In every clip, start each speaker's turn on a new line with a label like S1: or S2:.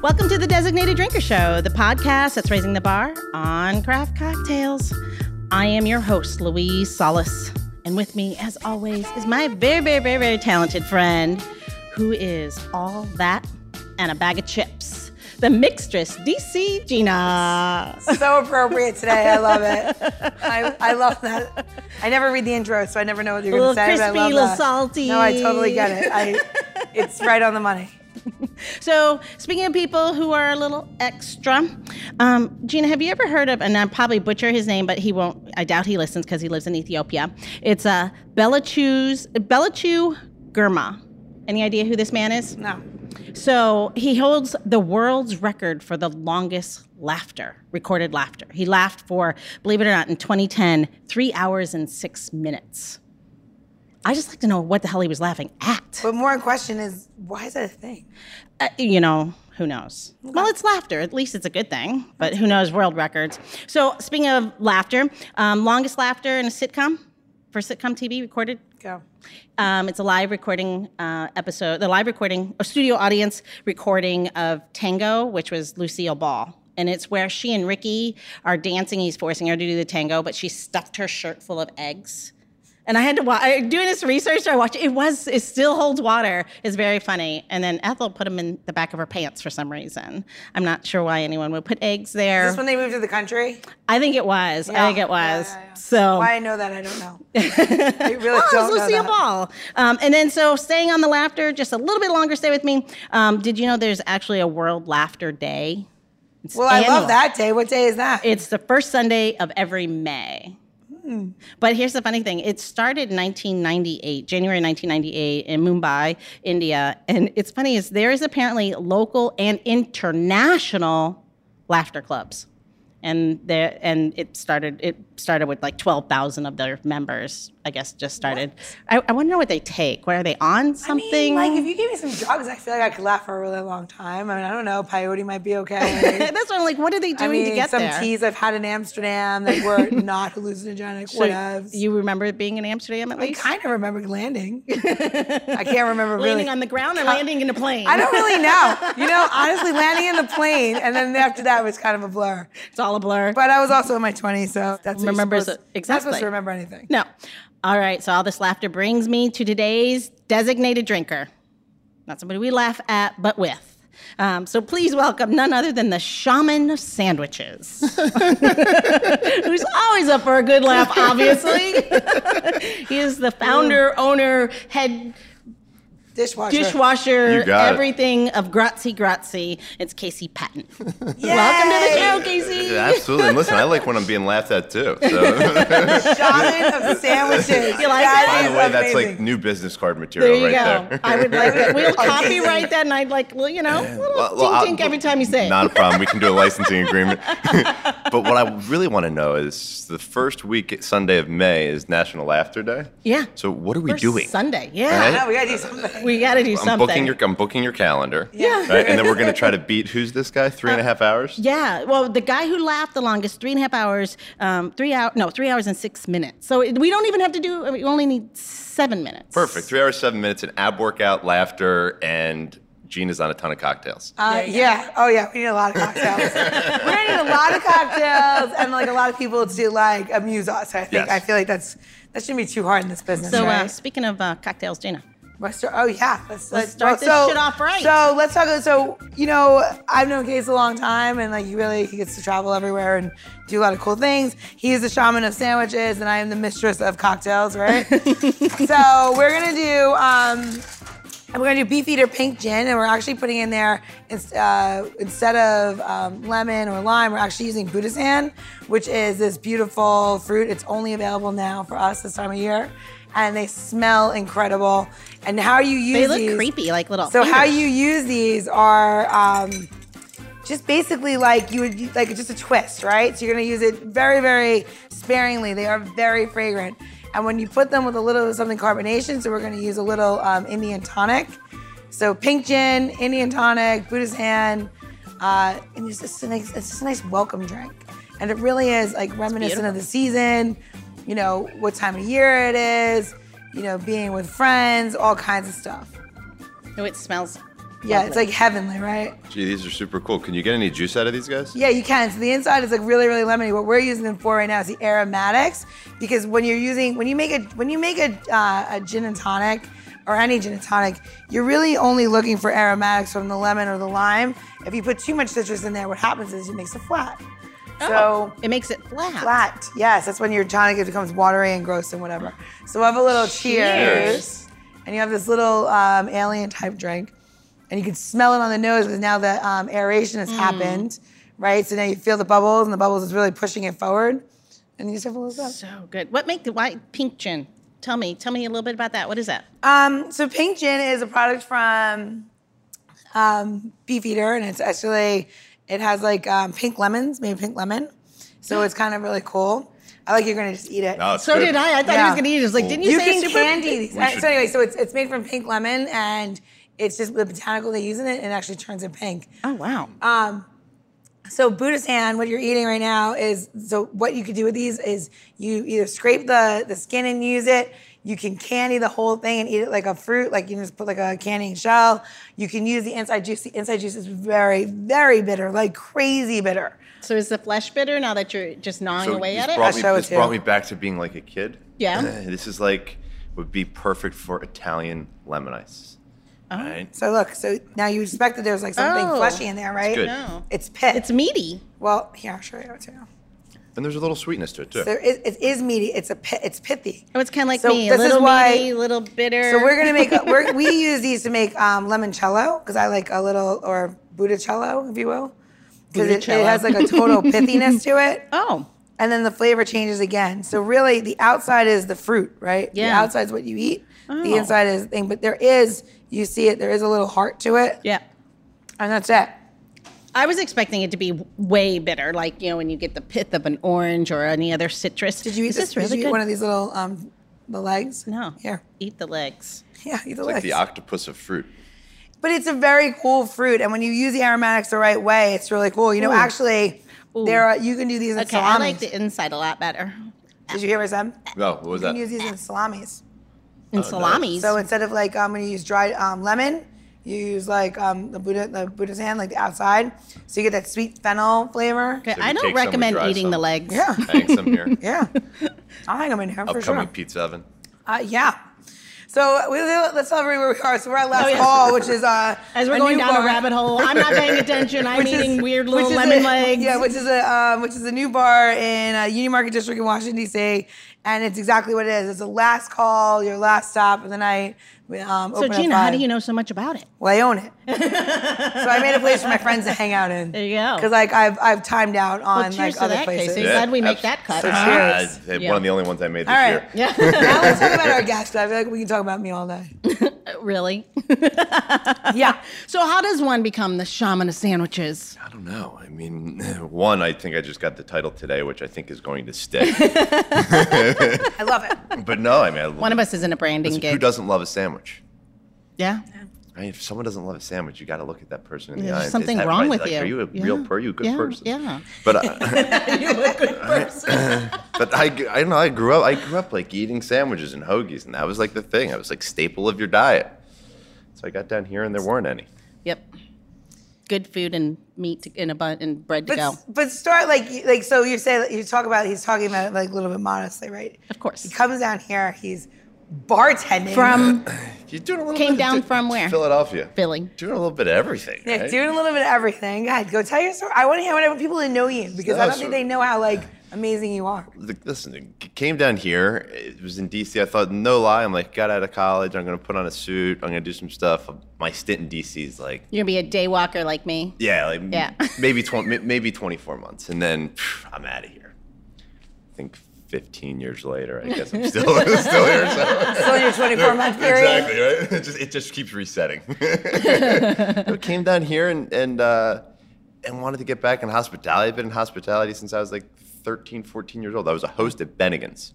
S1: Welcome to the Designated Drinker Show, the podcast that's raising the bar on craft cocktails. I am your host, Louise Solis. And with me, as always, is my very, very, very, very talented friend, who is all that and a bag of chips, the mixtress, DC Gina.
S2: So appropriate today. I love it. I, I love that. I never read the intro, so I never know what you're
S1: A little
S2: going to say.
S1: crispy,
S2: but
S1: a
S2: I love
S1: little
S2: that.
S1: salty.
S2: No, I totally get it. I, it's right on the money.
S1: So, speaking of people who are a little extra, um, Gina, have you ever heard of, and I probably butcher his name, but he won't, I doubt he listens because he lives in Ethiopia. It's uh, Belachu's, Belachu Girma. Any idea who this man is?
S2: No.
S1: So he holds the world's record for the longest laughter, recorded laughter. He laughed for, believe it or not, in 2010, three hours and six minutes. I just like to know what the hell he was laughing at.
S2: But more in question is why is that a thing?
S1: Uh, you know, who knows? Well, it's laughter. At least it's a good thing, but who knows? World records. So speaking of laughter, um, longest laughter in a sitcom for sitcom TV recorded
S2: Go.
S1: um, it's a live recording uh, episode, the live recording, a studio audience recording of Tango, which was Lucille Ball. And it's where she and Ricky are dancing. He's forcing her to do the tango, but she stuffed her shirt full of eggs. And I had to watch, doing this research, I watched it. It was, it still holds water. It's very funny. And then Ethel put them in the back of her pants for some reason. I'm not sure why anyone would put eggs there.
S2: Just when they moved to the country?
S1: I think it was. I think
S2: Yeah,
S1: it was.
S2: yeah, yeah, yeah.
S1: So.
S2: Why I know that, I don't know. I really
S1: Oh,
S2: don't
S1: it's
S2: know
S1: Lucille
S2: that.
S1: Ball. Um, and then, so staying on the laughter just a little bit longer, stay with me. Um, did you know there's actually a World Laughter Day? It's
S2: Well, I
S1: annual.
S2: love that day. What day is that?
S1: It's the first Sunday of every May. But here's the funny thing. It started in 1998, January 1998, in Mumbai, India. And it's funny is there is apparently local and international laughter clubs, and there and it started it started with like 12,000 of their members. I guess just started. I, I want to know what they take. What are they on something?
S2: I mean, like if you gave me some drugs, I feel like I could laugh for a really long time. I mean, I don't know. Peyote might be okay.
S1: That's what I'm like. What are they doing
S2: I mean,
S1: to get
S2: some
S1: there?
S2: teas I've had in Amsterdam that were not hallucinogenic.
S1: So
S2: whatevs.
S1: you remember it being in Amsterdam at
S2: I
S1: least?
S2: kind of remember landing. I can't remember
S1: landing
S2: really.
S1: on the ground or landing in a plane?
S2: I don't really know. You know, honestly, landing in the plane, and then after that was kind of a blur.
S1: It's all a blur.
S2: But I was also in my 20s, so that's what you're
S1: Remembers
S2: supposed-
S1: it-
S2: Not supposed
S1: exactly.
S2: to remember anything.
S1: no. All right. So all this laughter brings me to today's designated drinker. Not somebody we laugh at, but with. Um, so please welcome none other than the shaman of sandwiches, who's always up for a good laugh. Obviously, he is the founder, owner, head
S2: Dishwasher.
S1: dishwasher,
S3: You got it.
S1: everything of Grazie Grazie. It's Casey Patton. Welcome
S2: Yay!
S1: to the show, Casey.
S3: Yeah, absolutely. And listen, I like when I'm being laughed at too. So,
S2: Shaman of sandwiches.
S1: You like
S2: That
S1: that?
S3: by
S2: is
S3: the way, that's
S2: amazing.
S3: like new business card
S1: There
S3: material
S1: you
S3: right
S1: go.
S3: there.
S1: I would like that. We'll
S2: Amazing.
S1: copyright that, and I'd like, well, you know, little
S3: Well, well, I'll-
S1: tink tink every time you say it.
S3: Not a problem. We can do a licensing agreement. but what I really want to know is the first week, Sunday of May, is National Laughter Day.
S1: yeah.
S3: So what are we
S1: First
S3: doing?
S1: Sunday. Yeah.
S3: Right?
S2: No, we gotta do something.
S1: We got to do
S3: I'm
S1: something.
S3: booking your I'm booking your calendar.
S2: Yeah.
S3: Right? And then we're gonna try to beat who's this guy? Three and a
S1: Uh,
S3: half hours?
S1: yeah. Well, the guy who laughed the longest, three and a half hours, um, three hour, no, three hours and six minutes. So it, we don't even have to do. I mean, we only need seven minutes.
S3: Perfect. Three hours, seven minutes, an ab workout, laughter, and Gina's on a ton of cocktails.
S2: Uh, yeah. Oh yeah. We need a lot of cocktails. We're gonna need a lot of cocktails and like a lot of people to like amuse us. I think.
S3: Yes.
S2: I feel like that's that shouldn't be too hard in this business.
S1: So uh,
S2: right?
S1: speaking of uh, cocktails, Gina.
S2: Let's start- oh yeah, let's,
S1: start this
S2: so-
S1: shit off right.
S2: So let's talk. So you know, I've known Case a long time, and like he really he gets to travel everywhere and do a lot of cool things. He is the shaman of sandwiches, and I am the mistress of cocktails. Right. so we're gonna do. Um, we're gonna do beefeater pink gin, and we're actually putting in there ins- uh, instead of um, lemon or lime, we're actually using Buddhisan, which is this beautiful fruit. It's only available now for us this time of year, and they smell incredible. And how you use
S1: They look
S2: these-
S1: creepy, like little.
S2: so how
S1: fingers.
S2: you use these are um, just basically like you would like just a twist, right? So you're gonna use it very, very sparingly. They are very fragrant, and when you put them with a little something carbonation, so we're gonna use a little um, Indian tonic. So pink gin, Indian tonic, Buddhisan, uh, and it's just a nice, it's just a nice welcome drink, and it really is like reminiscent of the season. You know what time of year it is. You know, being with friends, all kinds of stuff.
S1: Oh, it smells
S2: Yeah, it's like heavenly, right?
S3: Gee, these are super cool. Can you get any juice out of these guys?
S2: Yeah, you can. So the inside is like really, really lemony. What we're using them for right now is the aromatics, because when you're using when you make a when you make a uh, a gin and tonic or any gin and tonic, you're really only looking for aromatics from the lemon or the lime. If you put too much citrus in there, what happens is it makes it flat. So
S1: It makes it flat.
S2: flat. Yes, that's when your tonic it becomes watery and gross and whatever. So we'll have a little cheers. And you have this little um, alien type drink. And you can smell it on the nose because now the um, aeration has happened, right? So now you feel the bubbles and the bubbles is really pushing it forward. And you just have a little sip.
S1: So good. What make the white pink gin? Tell me. Tell me a little bit about that. What is that?
S2: Um, so pink gin is a product from um, Beefeater, and it's actually it has like um, pink lemons, made of pink lemon. So it's kind of really cool. I like you're gonna just eat it.
S3: No, it's
S1: So
S3: good.
S1: did I. I thought he
S2: Yeah.
S1: was gonna eat it. I was like, didn't you,
S2: you
S1: say
S2: can
S1: it's super
S2: candy these.
S3: We should-
S2: So anyway, so it's it's made from pink lemon, and it's just the botanical they use in it, and it actually turns it pink.
S1: Oh wow.
S2: So Buddhistan, what you're eating right now is so what you could do with these is you either scrape the the skin and use it. You can candy the whole thing and eat it like a fruit, like you can just put like a candying shell. You can use the inside juice. The inside juice is very, very bitter, like crazy bitter.
S1: so is the flesh bitter now that you're just gnawing
S3: So
S1: away
S3: this
S1: at it?
S3: brought
S2: I
S3: me-
S2: show it
S3: this
S2: to
S3: brought
S2: you.
S3: me back to being like a kid.
S1: Yeah.
S3: this is like would be perfect for Italian lemon ice. All right.
S2: So look, so now you expect that there's like something
S1: Oh.
S2: fleshy in there, right?
S3: good.
S1: No.
S2: It's pit.
S1: It's meaty.
S2: well, here I'll show you too.
S3: And there's a little sweetness to it too.
S2: So it, it is meaty. It's a pit, it's pithy.
S1: Oh, it's kind of like
S2: So
S1: me. A
S2: this is
S1: little
S2: why-
S1: meaty, little bitter.
S2: So we're gonna make we're, we use these to make um, limoncello because I like a little or budicello, if you will, because it, it
S1: Budicello.
S2: has like a total pithiness to it,
S1: Oh,
S2: and then the flavor changes again. So really, the outside is the fruit, right? The
S1: Yeah.
S2: outside's what you eat. The
S1: Oh.
S2: inside is the thing, but there is you see it. There is a little heart to it,
S1: yeah.
S2: and that's it.
S1: I was expecting it to be way bitter, like you know when you get the pith of an orange or any other citrus.
S2: Did you eat
S1: this?
S2: this?
S1: Is really
S2: did you
S1: good.
S2: eat one of these little um, the legs?
S1: no.
S2: Here.
S1: Eat the legs.
S2: Yeah, eat the
S3: It's like
S2: legs.
S3: the octopus of fruit.
S2: But it's a very cool fruit, and when you use the aromatics the right way, it's really cool. You know,
S1: Ooh.
S2: actually,
S1: Ooh.
S2: there are, you can do these in
S1: Okay, I
S2: salamis.
S1: like the inside a lot better.
S2: Did you hear what I said?
S3: No, what was
S2: You can
S3: that?
S2: use these in salamis.
S1: And
S3: no.
S1: salamis.
S2: So instead of like I'm gonna use dried um, lemon, you use like um, the Buddha the Buddha's hand, like the outside, so you get that sweet fennel flavor.
S1: okay,
S3: So we
S1: I
S3: take
S1: don't
S3: some, we
S1: recommend
S3: dry
S1: eating
S3: some.
S1: the legs.
S2: Yeah,
S3: Hang some here.
S2: yeah. I'll hang them in here for
S3: Upcoming
S2: sure.
S3: pizza oven.
S2: Uh, yeah. So we, let's tell everybody where we are. So we're at last
S1: Oh, yeah.
S2: call, which is uh,
S1: As we're
S2: a
S1: going
S2: new
S1: down
S2: bar.
S1: a rabbit hole, I'm not paying attention. I'm
S2: Which is-
S1: eating weird
S2: which
S1: little
S2: is
S1: lemon
S2: a-
S1: legs.
S2: Yeah, which is a um, which is a new bar in uh, Union Market District in Washington D.C. And it's exactly what it is. It's the last call, your last stop of the night. We, Um,
S1: so Gina, how do you know so much about it?
S2: Well, I own it, so I made a place for my friends to hang out in.
S1: There you go.
S2: Because like I've I've timed out on
S1: cheers
S2: like
S1: to
S2: other
S1: that,
S2: places.
S1: Casey. Glad we make that
S3: abs-
S1: cut.
S2: So
S1: Ah.
S2: cheers.
S3: Ah, hey,
S1: Yeah.
S3: One of the only ones I made
S2: All
S3: this
S2: right.
S3: year.
S1: Yeah,
S2: Now let's talk about our guest. 'cause I feel like we can talk about me all day.
S1: really.
S2: Yeah.
S1: So how does one become the shaman of sandwiches?
S3: I don't know. I mean, one, I think I just got the title today, which I think is going to stick.
S2: I love it.
S3: but no, I mean, I
S1: One of us is in a branding
S3: Listen,
S1: gig.
S3: who doesn't love a sandwich?
S1: yeah.
S3: I mean, if someone doesn't love a sandwich, you got to look at that person in the
S1: There's
S3: eye. and- is
S1: something
S3: that
S1: wrong
S3: right?
S1: with
S3: Like,
S1: you.
S3: Are you a
S1: Yeah.
S3: real person? Are you a good
S1: Yeah,
S3: person?
S1: yeah.
S3: But I, but I, I don't know. I grew up. I grew up like eating sandwiches and hoagies, and that was like the thing. I was like staple of your diet. So I got down here, and there weren't any.
S1: Yep. Good food and meat to, and, a bun, and bread to
S2: But
S1: go.
S2: but start like you- like so you say you talk about he's talking about it like a little bit modestly, right?
S1: Of course.
S2: He comes down here, he's bartending.
S1: From
S3: You're doing a little.
S1: Came
S3: bit
S1: down
S3: of,
S1: from where?
S3: Philadelphia.
S1: Philly.
S3: Doing a little bit of everything.
S2: yeah,
S3: right?
S2: doing a little bit of everything. God, go tell your story. I want to hear what I want people to know you because I
S3: No,
S2: don't think
S3: so-
S2: they know how like amazing you are.
S3: the, listen, it c- came down here. It was in DC. I thought, no lie, I'm like, got out of college. I'm gonna put on a suit. I'm gonna do some stuff. My stint in DC is like,
S1: You're going to be a day walker like me.
S3: yeah, like m-
S1: Yeah.
S3: maybe 20, m- maybe 24 months, and then phew, I'm out of here. I think 15 years later, I guess I'm still still here. So.
S2: Still in your 24 month period.
S3: Exactly right. It just it just keeps resetting. I came down here and and uh, and wanted to get back in hospitality. I've been in hospitality since I was like 13, 14 years old. I was a host at Bennigan's.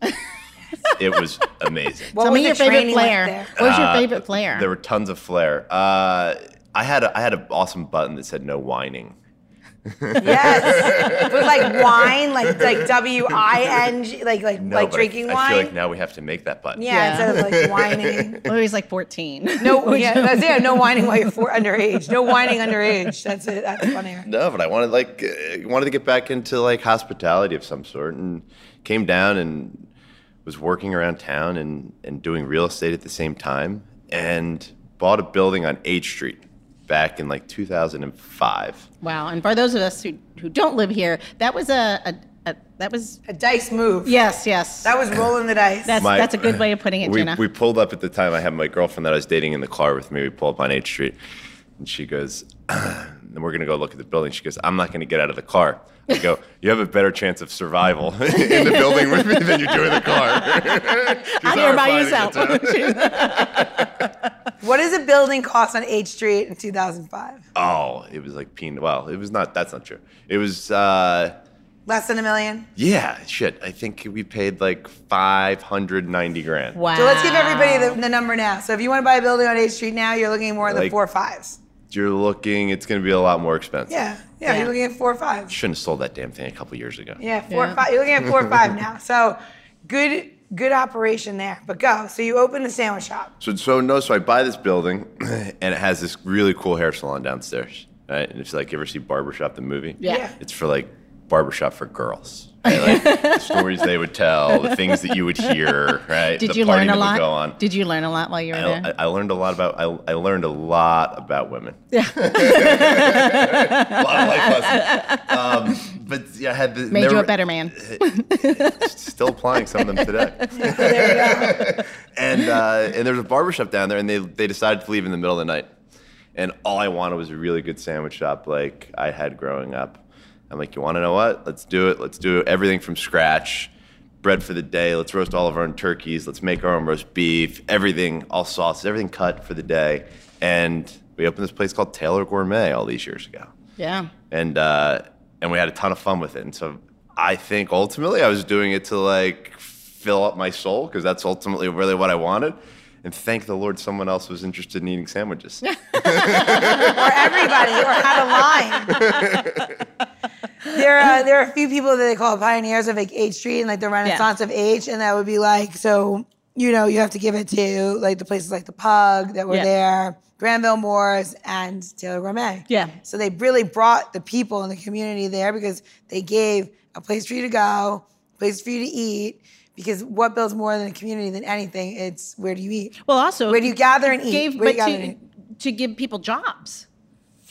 S3: it was amazing.
S2: What
S1: Tell
S2: was
S1: me
S2: the
S1: your favorite
S2: training like
S1: player.
S2: there?
S1: What was your
S3: Uh,
S1: favorite player?
S3: There were tons of flair. Uh, I had a, I had an awesome button that said no whining.
S2: Yes, but like wine, like like W I N G, like like
S3: No,
S2: like
S3: but I-
S2: drinking
S3: I,
S2: wine.
S3: feel like now we have to make that button.
S2: yeah,
S1: Yeah.
S2: instead of like whining.
S1: Well, he's like 14.
S2: No, yeah, that's, yeah, no whining while you're for, underage. No whining underage. That's it. That's funnier.
S3: No, but I wanted like uh, wanted to get back into like hospitality of some sort, and came down and was working around town and and doing real estate at the same time, and bought a building on H Street back in like 2005.
S1: Wow. And for those of us who, who don't live here, that was a, a, a that was
S2: A dice move.
S1: yes, yes.
S2: That was rolling the dice.
S1: that's
S3: My-
S1: that's a good way of putting it,
S3: we,
S1: Jenna.
S3: we pulled up at the time. I had my girlfriend that I was dating in the car with me. We pulled up on H Street, and she goes, "And we're gonna go look at the building." She goes, "I'm not gonna get out of the car." I go, "You have a better chance of survival in the building with me than you do in the car."
S1: Out
S3: Out
S1: here by yourself.
S2: what does a building cost on H Street in 2005?
S3: Oh, it was like peanut. Well, it was not. That's not true. It was. uh
S2: Less than a million.
S3: Yeah, shit. I think we paid like five hundred ninety grand.
S1: wow.
S2: So let's give everybody the, the number now. So if you want to buy a building on H Street now, you're looking more at the
S3: Like-
S2: four fives.
S3: You're looking. It's gonna be a lot more expensive.
S2: Yeah, yeah,
S1: Yeah.
S2: you're looking at four fives.
S3: Shouldn't have sold that damn thing a couple years ago.
S2: Yeah, four
S1: Yeah.
S2: five. You're looking at four five now. So good, good operation there. But go. So you open a sandwich shop.
S3: So, so no, so I buy this building, and it has this really cool hair salon downstairs. Right, and it's like you ever see Barbershop the movie?
S1: Yeah.
S3: It's for like barbershop for girls. right? Like the stories they would tell, the things that you would hear. Right?
S1: Did
S3: the
S1: you
S3: party
S1: learn a
S3: that would Go
S1: lot?
S3: on.
S1: Did you learn a lot while you were
S3: I,
S1: there?
S3: I- I learned a lot about I, I learned a lot about women. Yeah, a lot of life lessons. Um, but yeah, I had the,
S1: Made
S3: there
S1: you a
S3: were-
S1: better man.
S3: Still applying some of them today. and uh, and there's a barbershop down there, and they they decided to leave in the middle of the night. And all I wanted was a really good sandwich shop, like I had growing up. I'm like, you want to know what? Let's do it. Let's do everything from scratch. Bread for the day. Let's roast all of our own turkeys. Let's make our own roast beef. Everything, all sauces, everything cut for the day. And we opened this place called Taylor Gourmet all these years ago
S1: Yeah.
S3: and uh, and we had a ton of fun with it. And so I think ultimately I was doing it to like fill up my soul because that's ultimately really what I wanted. And thank the Lord, someone else was interested in eating sandwiches.
S2: or everybody or had a line. there are there are a few people that they call pioneers of like H Street and like the Renaissance of H, and that would be like so you know you have to give it to like the places like the Pug that were
S1: Yeah.
S2: there, Granville Moores and Taylor Gourmet.
S1: Yeah.
S2: So they really brought the people in the community there because they gave a place for you to go, a place for you to eat. Because what builds more than a community than anything? It's where do you eat?
S1: Well, also,
S2: Where do you gather and eat?
S1: gave
S2: Where do
S1: but
S2: you gather and
S1: to,
S2: eat?
S1: to give people jobs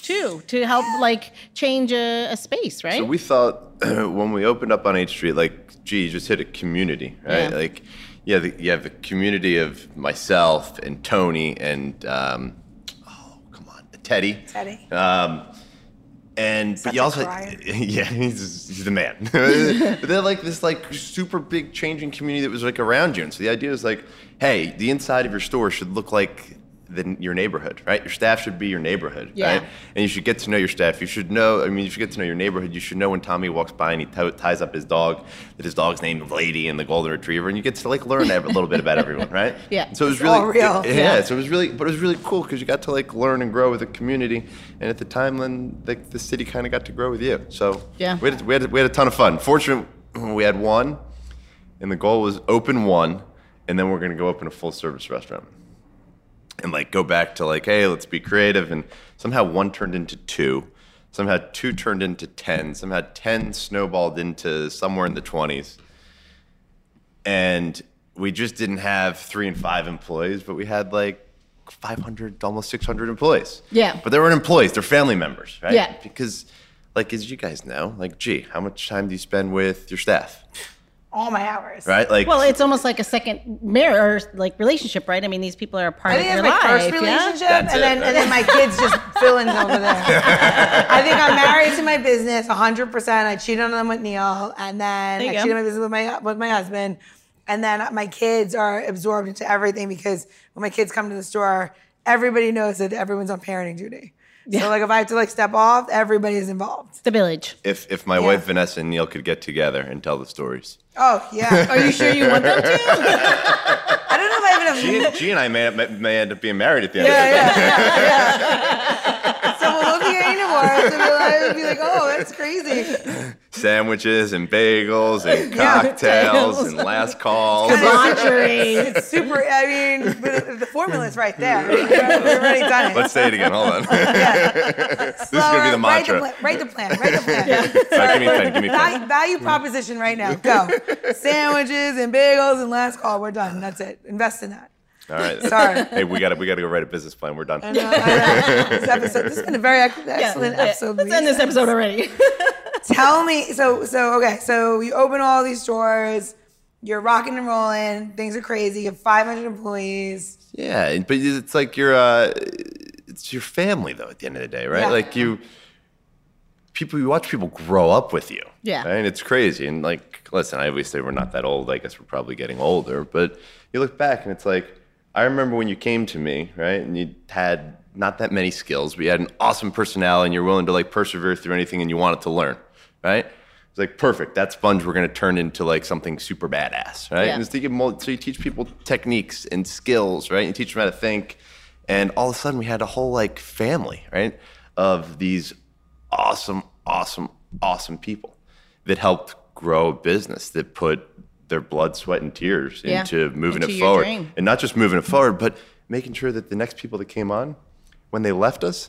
S1: too to help like change a, a space, right?
S3: So we thought when we opened up on H Street, like, gee, you just hit a community, right?
S1: Yeah.
S3: Like, yeah, the, you have the community of myself and Tony and um, oh, come on, Teddy.
S2: Teddy.
S3: Um, and but
S2: Such
S3: you
S2: a
S3: also,
S2: crier.
S3: yeah, he's, he's the man. but they're like this like super big changing community that was like around you. And so the idea is like, hey, the inside of your store should look like the, your neighborhood, right? Your staff should be your neighborhood,
S1: Yeah.
S3: right? And you should get to know your staff. You should know, I mean, you should get to know your neighborhood. You should know when Tommy walks by and he t- ties up his dog, that his dog's named Lady and the Golden Retriever. And you get to like learn a little bit about everyone, right?
S1: Yeah.
S3: And so it was
S2: It's
S3: really
S2: all real.
S3: yeah,
S1: Yeah.
S3: So it was really, but it was really cool because you got to like learn and grow with the community, and at the time then the, the city kind of got to grow with you. So
S1: Yeah.
S3: we had, we had we had a ton of fun. Fortunately, we had one, and the goal was open one, and then we're gonna go open a full service restaurant, and like go back to like hey let's be creative, and somehow one turned into two. Somehow two turned into ten. Somehow ten snowballed into somewhere in the twenties and we just didn't have three and five employees, but we had like 500, almost 600 employees.
S1: Yeah.
S3: But they weren't employees; they're family members, right?
S1: Yeah.
S3: Because, like, as you guys know, like, gee, how much time do you spend with your staff,
S2: All my hours.
S3: right? Like,
S1: well, it's almost like a second marriage, like relationship, right? I mean, these people are a part
S2: I
S1: of
S2: think
S1: your
S2: that's my
S1: life.
S2: first
S1: yeah?
S2: relationship,
S3: That's
S2: and
S3: it.
S2: then and then my kids just fill in over there. I think I'm married to my business 100. percent I cheated on them with Neil, and then
S1: There you go.
S2: I cheated on my business with my with my husband, and then my kids are absorbed into everything because when my kids come to the store, everybody knows that everyone's on parenting duty. So like if I have to like step off, everybody's involved.
S1: The village.
S3: if if my wife Vanessa and Neil could get together and tell the stories.
S2: Oh yeah.
S1: Are you sure you want them to?
S2: I don't know if I have him.
S3: She, she and I may, may, may end up being married at the end
S2: Yeah,
S3: of
S2: yeah, yeah, yeah. So we'll look at Anamore and be like- and be like, oh, that's crazy.
S3: it. Sandwiches and bagels and cocktails and last calls.
S1: Laundry.
S2: It's super, I mean, but the formula's right there. We've already done it.
S3: Let's say it again. Hold on. This is gonna be the mantra.
S2: Write the, plan, write the plan. Write the plan.
S3: All right, give me a pen. Give me a
S2: Value,
S3: pen.
S2: value proposition right now. Go. Sandwiches and bagels and last call. We're done. That's it. Invest in that.
S3: All right.
S2: Sorry.
S3: Hey, we gotta we gotta go write a business plan. We're done.
S2: I know, I know. This episode. This has been a very ex- excellent episode.
S1: Let's end this episode already.
S2: Tell me. So so okay. So you open all these stores. You're rocking and rolling. Things are crazy. You have 500 employees.
S3: Yeah, and- but it's like your uh, it's your family though. At the end of the day, right?
S2: Yeah.
S3: Like you, people you watch people grow up with you.
S1: Yeah.
S3: right? and it's crazy. And like, listen, I always say we're not that old. I guess we're probably getting older, but you look back and it's like I remember when you came to me, right? And you had not that many skills, but you had an awesome personality, and you're willing to like persevere through anything, and you wanted to learn, right? It's like perfect. That sponge we're gonna turn into like something super badass, right?
S1: Yeah.
S3: And it's to give mul- so you teach people techniques and skills, right? You teach them how to think, and all of a sudden we had a whole like family, right, of these awesome, awesome, awesome people that helped grow a business that put their blood, sweat, and tears
S1: Yeah.
S3: into moving
S1: Into
S3: it
S1: your
S3: forward,
S1: dream.
S3: and not just moving it forward, but making sure that the next people that came on, when they left us,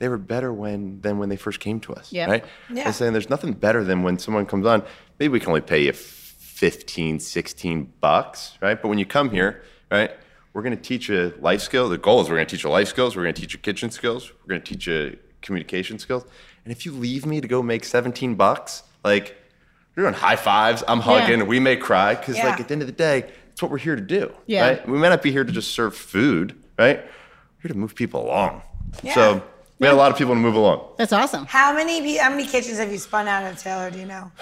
S3: they were better when than when they first came to us.
S1: Yeah.
S3: Right?
S2: Yeah.
S3: I'm saying there's nothing better than when someone comes on, maybe we can only pay you 15, 16 bucks, right? But when you come here, right, we're going to teach you life skills. The goal is we're going to teach you life skills. We're going to teach you kitchen skills. We're going to teach you communication skills. And if you leave me to go make 17 bucks, like, you're doing high fives. I'm hugging. We may cry because,
S2: Yeah.
S3: like, at the end of the day, that's what we're here to do.
S1: Yeah.
S3: Right? We may not be here to just serve food, right? We're here to move people along.
S2: Yeah.
S3: So we had a lot of people to move along.
S1: That's awesome.
S2: How many pe- how many kitchens have you spun out of Taylor? Do you know?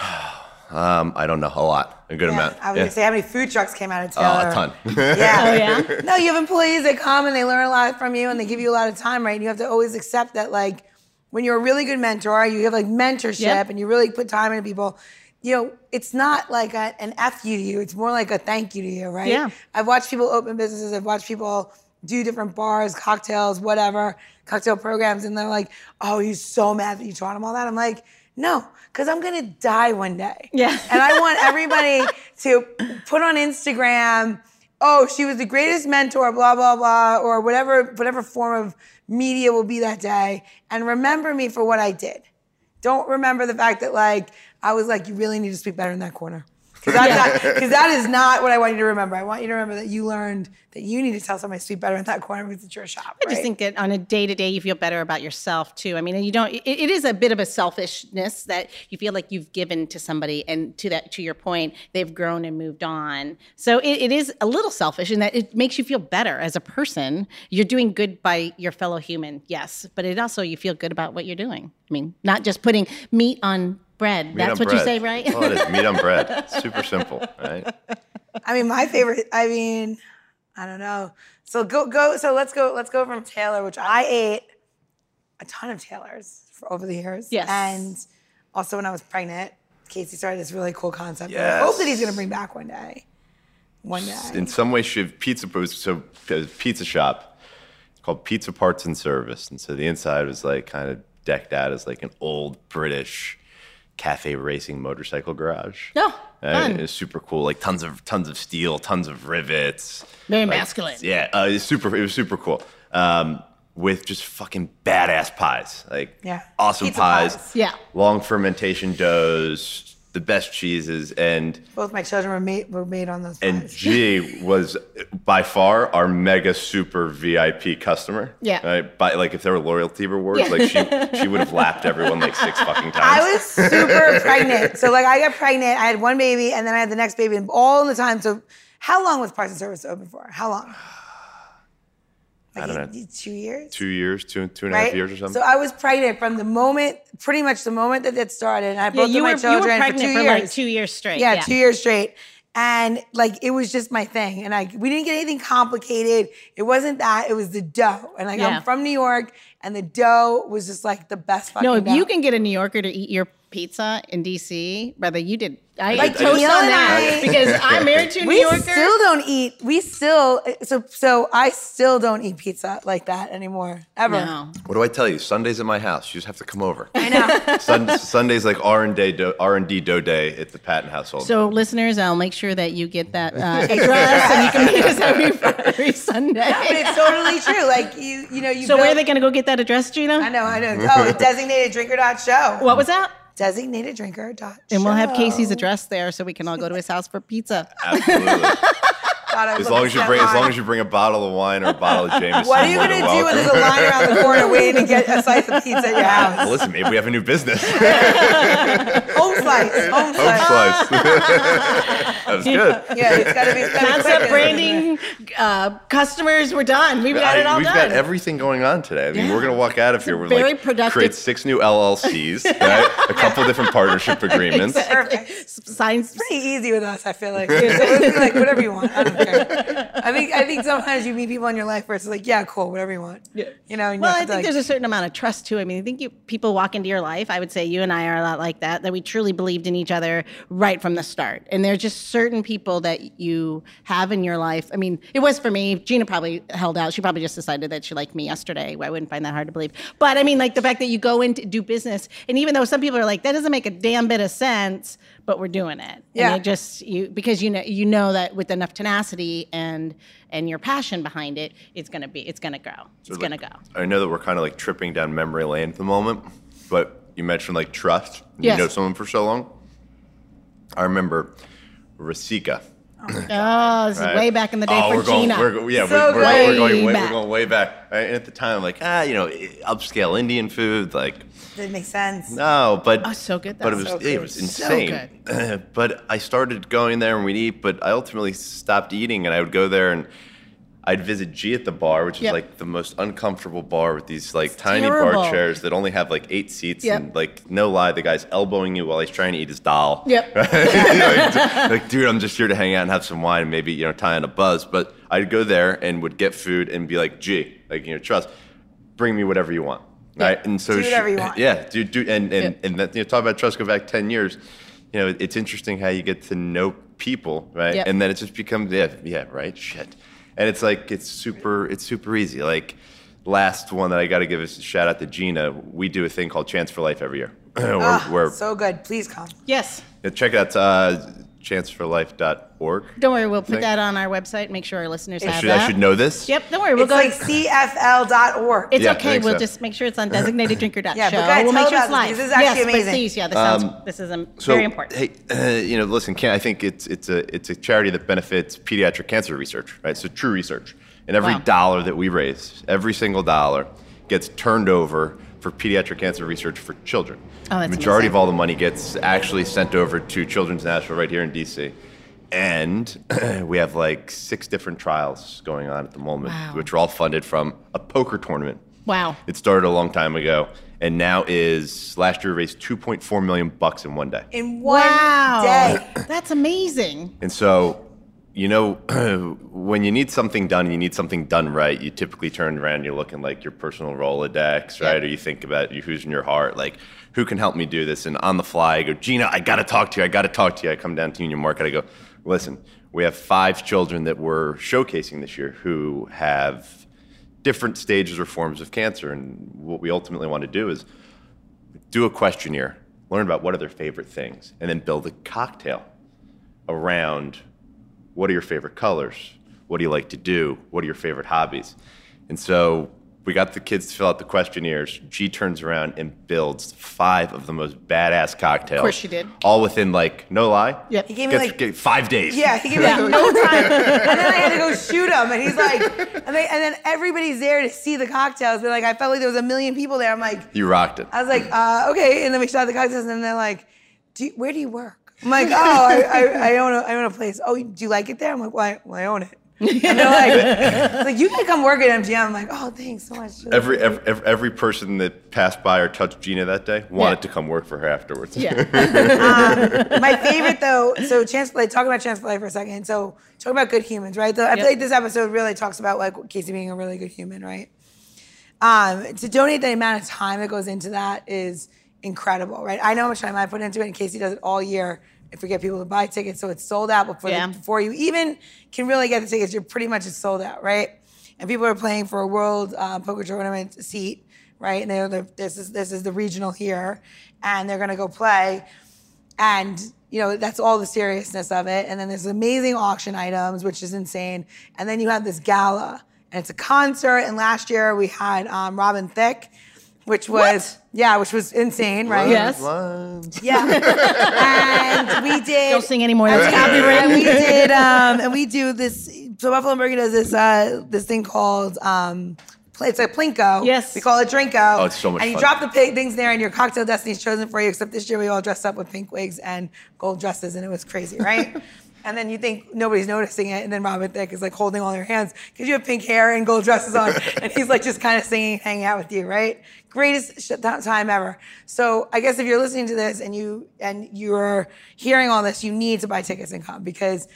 S3: Um, I don't know a lot, a good amount.
S2: I was
S3: Yeah.
S2: gonna say uh, how many food trucks came out of Taylor?
S3: Oh, a ton.
S2: Yeah.
S1: Oh yeah.
S2: No, you have employees that come and they learn a lot from you and they give you a lot of time, right? And you have to always accept that, like, when you're a really good mentor, you have like mentorship
S1: Yep.
S2: and you really put time into people. You know, it's not like a, an F you to you, it's more like a thank you to you, right?
S1: Yeah.
S2: I've watched people open businesses, I've watched people do different bars, cocktails, whatever, cocktail programs, and they're like, oh, you're so mad that you taught them all that. I'm like, no, because I'm gonna die one day.
S1: Yeah.
S2: And I want everybody to put on Instagram, oh, she was the greatest mentor, blah, blah, blah, or whatever, whatever form of media will be that day. And remember me for what I did. Don't remember the fact that like I was like, you really need to speak better in that corner. Because that is not what I want you to remember. I want you to remember that you learned that you need to tell somebody to speak better in that corner because it's your shop.
S1: I just think that on a day to day, you feel better about yourself too. I mean, and you don't. It, it is a bit of a selfishness that you feel like you've given to somebody, and to that, to your point, they've grown and moved on. So it, it is a little selfish in that it makes you feel better as a person. You're doing good by your fellow human, yes, but it also you feel good about what you're doing. I mean, not just putting meat on bread.
S3: Meat
S1: That's
S3: on
S1: what you
S3: bread.
S1: say, right?
S3: That's all it is. Meat on bread. Super simple, right?
S2: I mean, my favorite. I mean, I don't know. So go go. So let's go. Let's go from Taylor, which I ate a ton of Taylors for over the years.
S1: Yes.
S2: And also when I was pregnant, Casey started this really cool concept. that I
S3: Yes.
S2: hope that he's gonna bring back one day. One day.
S3: In some way, should pizza booth. So uh, pizza shop. It's called Pizza Parts and Service, and so the inside was like kind of decked out as like an old British cafe racing motorcycle garage.
S1: No,
S3: Uh,
S1: fun.
S3: It's super cool. Like tons of tons of steel, tons of rivets.
S1: Very
S3: Like,
S1: masculine.
S3: Yeah, uh, it's super. It was super cool. Um, with just fucking badass pies, like
S2: Yeah.
S3: awesome
S2: Pizza
S3: pies,
S2: pies.
S1: Yeah.
S3: long fermentation doughs, the best cheeses, and
S2: Both my children were made were made on those.
S3: and
S2: fries.
S3: G was by far our mega super VIP customer.
S1: Yeah.
S3: right? By like if there were loyalty rewards, like she she would have lapped everyone like six fucking times.
S2: I was super pregnant. So like I got pregnant, I had one baby, and then I had the next baby, and all in the time. So how long was Parts and Service open for? How long? Like
S3: don't know.
S2: Two years.
S3: two years, two two and a half
S2: Right?
S3: years or
S2: So
S3: something.
S2: I was pregnant from the moment, pretty much the moment that it started. And I had
S1: Yeah,
S2: both
S1: you
S2: of my
S1: were you were
S2: children
S1: pregnant
S2: for two
S1: for,
S2: years.
S1: like two years straight.
S2: yeah, two years straight. And like it was just my thing. And like we didn't get anything complicated. It wasn't that. It was the dough. And like
S1: Yeah.
S2: I'm from New York, and the dough was just like the best fucking
S1: No, if
S2: dough.
S1: you can get a New Yorker to eat your pizza in DC. Brother, you did. I
S3: Like
S1: ate toast on
S2: Neil and
S1: that
S2: I-
S1: because I'm married to a New
S2: We
S1: Yorker.
S2: still don't eat. We still so so. I still don't eat pizza like that anymore. Ever.
S1: no.
S3: What do I tell you? Sundays at my house. You just have to come over.
S2: I know.
S3: Sun, Sundays like R and D R and D dough day at the Patton household.
S1: So, listeners, I'll make sure that you get that uh, address and you can meet us every, every
S2: but
S1: Sunday.
S2: it's totally true. Like you, you know, you.
S1: So, where are
S2: build-
S1: they going to go get that address, Gina?
S2: I know, I know. Oh, designated drinker dot show.
S1: What was that?
S2: Designated drinker dot.
S1: And we'll have Casey's address there so we can all go to his house for pizza.
S3: Absolutely. As long as you bring, as long as you bring a bottle of wine or a bottle of Jameson.
S2: What are you
S3: more
S2: gonna
S3: than
S2: do when
S3: welcome.
S2: there's a line around the corner waiting to get a slice of pizza at your
S3: Well,
S2: house?
S3: listen, maybe we have a new business.
S2: Home slice, home
S3: Home
S2: slice.
S3: slice. That's good.
S2: Yeah, it's gotta be it's gotta be
S1: Concept
S2: quick.
S1: branding, uh, customers, we're done. We've got
S3: I-
S1: it all
S3: we've
S1: done.
S3: got everything going on today. I mean, we're gonna walk out of here. We're
S1: very
S3: like
S1: productive-
S3: create six new LLCs, right? a couple different partnership agreements.
S2: Perfect.
S1: Signs.
S2: pretty easy with us. I feel like it would be like whatever you want. I don't care. I think I think sometimes you meet people in your life where it's like, yeah, cool, whatever you want. Yeah. You know. And
S1: Well,
S2: you
S1: I think
S2: have to, like,
S1: there's a certain amount of trust too. I mean, I think you, people walk into your life. I would say you and I are a lot like that. That we truly believed in each other right from the start. And there's just certain people that you have in your life. I mean, it was for me. Gina probably held out. She probably just decided that she liked me yesterday. I wouldn't find that hard to believe. But I mean, like the fact that you go in to do business, and even though some people are like, that doesn't make a damn bit of sense, but we're doing it.
S2: Yeah.
S1: And it just you because you know you know that with enough tenacity and and your passion behind it, it's gonna be it's gonna grow. It's
S3: Sort of
S1: gonna
S3: like-
S1: go.
S3: I know that we're kind of like tripping down memory lane at the moment, but you mentioned like trust. and
S1: Yes.
S3: You know someone for so long. I remember Rasika.
S1: Oh, this
S3: right?
S1: is way back in the day
S3: oh,
S1: for
S3: we're going,
S1: Gina.
S3: We're, go- yeah,
S2: So
S3: we're, we're, going- we're
S1: way
S3: going way,
S1: back.
S3: we're going way back. Right? And at the time, like ah, you know, upscale Indian food, like
S2: that makes sense.
S3: no, but
S1: Oh, so good, though.
S3: But it was
S2: So
S3: it
S2: good.
S3: was
S1: So
S3: insane. but I started going there and we'd eat, but I ultimately stopped eating, and I would go there and. I'd visit G at the bar, which is
S1: Yep.
S3: like the most uncomfortable bar with these like tiny
S1: terrible.
S3: bar chairs that only have like eight seats
S1: Yep.
S3: and like no lie, the guy's elbowing you while he's trying to eat his doll.
S1: Yep.
S3: You know, like, like, dude, I'm just here to hang out and have some wine and maybe, you know, tie on a buzz. But I'd go there and would get food and be like, gee, like, you know, trust, bring me whatever you want. Right. And so,
S2: Do
S3: she-
S2: whatever you want.
S3: yeah, dude, dude, and, and,
S1: Yeah.
S3: and that, you know, talk about trust, go back 10 years. You know, it's interesting how you get to know people, right?
S1: Yep.
S3: And then it just becomes, yeah, yeah, right? Shit. And it's like, it's super, it's super easy. Like, last one that I got to give is a shout out to Gina. We do a thing called Chance for Life every year. where,
S2: Ah,
S3: where
S2: so good. Please come.
S1: yes.
S3: yeah, check it out uh, chanceforlife.org.
S1: Don't worry, we'll put
S3: Thank-
S1: that on our website. Make sure our listeners
S3: I
S1: have
S3: should,
S1: that.
S3: I should know this.
S1: Yep. Don't worry, we'll
S2: it's
S1: go.
S2: like cfl.org.
S1: it's
S3: Yeah, I
S1: okay.
S3: think
S1: We'll
S3: so.
S1: just make sure it's on designated drinker dot
S2: Yeah,
S1: show.
S2: but guys,
S1: we'll
S2: tell
S1: make sure
S2: about
S1: it's live.
S2: this, this is
S1: yes,
S2: actually
S1: but
S2: amazing.
S1: please, yeah, this sounds this is um, very important.
S3: Hey, uh, you know, listen, can, I think it's it's a it's a charity that benefits pediatric cancer research, right? So true research, and every
S1: Wow.
S3: dollar that we raise, every single dollar, gets turned over for pediatric cancer research for children.
S1: Oh, that's
S3: the majority of
S1: amazing.
S3: all the money gets actually sent over to Children's National right here in DC. And we have like six different trials going on at the moment,
S1: Wow.
S3: which are all funded from a poker tournament
S1: wow.
S3: It started a long time ago, and now is last year raised 2.4 million bucks in one day.
S2: In one
S1: wow.
S2: day.
S1: That's amazing.
S3: And so, you know, when you need something done, and you need something done right. You typically turn around, you're looking like your personal Rolodex, right?
S1: Yep.
S3: Or you think about you- who's in your heart, like who can help me do this. And on the fly, I go, Gina, I got to talk to you. I got to talk to you. I come down to Union Market. I go, listen, we have five children that we're showcasing this year who have different stages or forms of cancer. And what we ultimately want to do is do a questionnaire, learn about what are their favorite things, and then build a cocktail around what are your favorite colors? What do you like to do? What are your favorite hobbies? And so we got the kids to fill out the questionnaires. G turns around and builds five of the most badass cocktails. Of
S1: course she did.
S3: All within like, no lie.
S1: Yep.
S2: He gave me
S3: gets-
S2: like
S3: get- five days.
S2: Yeah, he gave me
S1: Yeah.
S2: like no time. And then I had to go shoot him. And he's like, and, they, and then everybody's there to see the cocktails. But like, I felt like there was a million people there. I'm like,
S3: You rocked it.
S2: I was like, uh, okay. And then we shot the cocktails, and they're like, do you, where do you work? I'm like, oh, I, I, I own a, I own a place. Oh, do you like it there? I'm like, well, I, well, I own it. And they're like, it's like, you can come work at MGM. I'm like, oh, thanks so much.
S3: Every, every every- every person that passed by or touched Gina that day wanted
S1: Yeah.
S3: to come work for her afterwards.
S1: Yeah.
S2: Um, My favorite though, so Chance for Life, talking about Chance for Life for a second. So talking about good humans, right? Though I feel
S1: Yep.
S2: like this episode really talks about like Casey being a really good human, right? Um, to donate the amount of time that goes into that is incredible, right? I know how much time I put into it, and Casey does it all year. If we get people to buy tickets, so it's sold out before the-
S1: Yeah.
S2: before you even can really get the tickets, you're pretty much it's sold out, right? And people are playing for a world uh, poker tournament seat, right? And they're, they're, this is this is the regional here, and they're gonna go play and you know that's all the seriousness of it and then there's amazing auction items which is insane and then you have this gala and it's a concert and last year we had um, robin thicke which was yeah which was insane right
S1: Yes.
S3: Lines.
S2: yeah and we did
S1: Don't sing anymore. That's
S2: and we-
S1: copyright.
S2: and we did, um, and we do this. So Buffalo and Burger does this uh, this thing called. Um, pl- it's a plinko.
S1: Yes.
S2: We call it drinko.
S3: Oh, it's so much
S2: And you
S3: fun.
S2: drop the pig things there, and your cocktail destiny's chosen for you. Except this year, we all dressed up with pink wigs and gold dresses, and it was crazy, right? and then you think nobody's noticing it, and then Robin Thicke is like holding all your hands because you have pink hair and gold dresses on, and he's like just kind of singing, hanging out with you, right? Greatest sh- time ever. So I guess if you're listening to this and you and you're hearing all this, you need to buy tickets and come because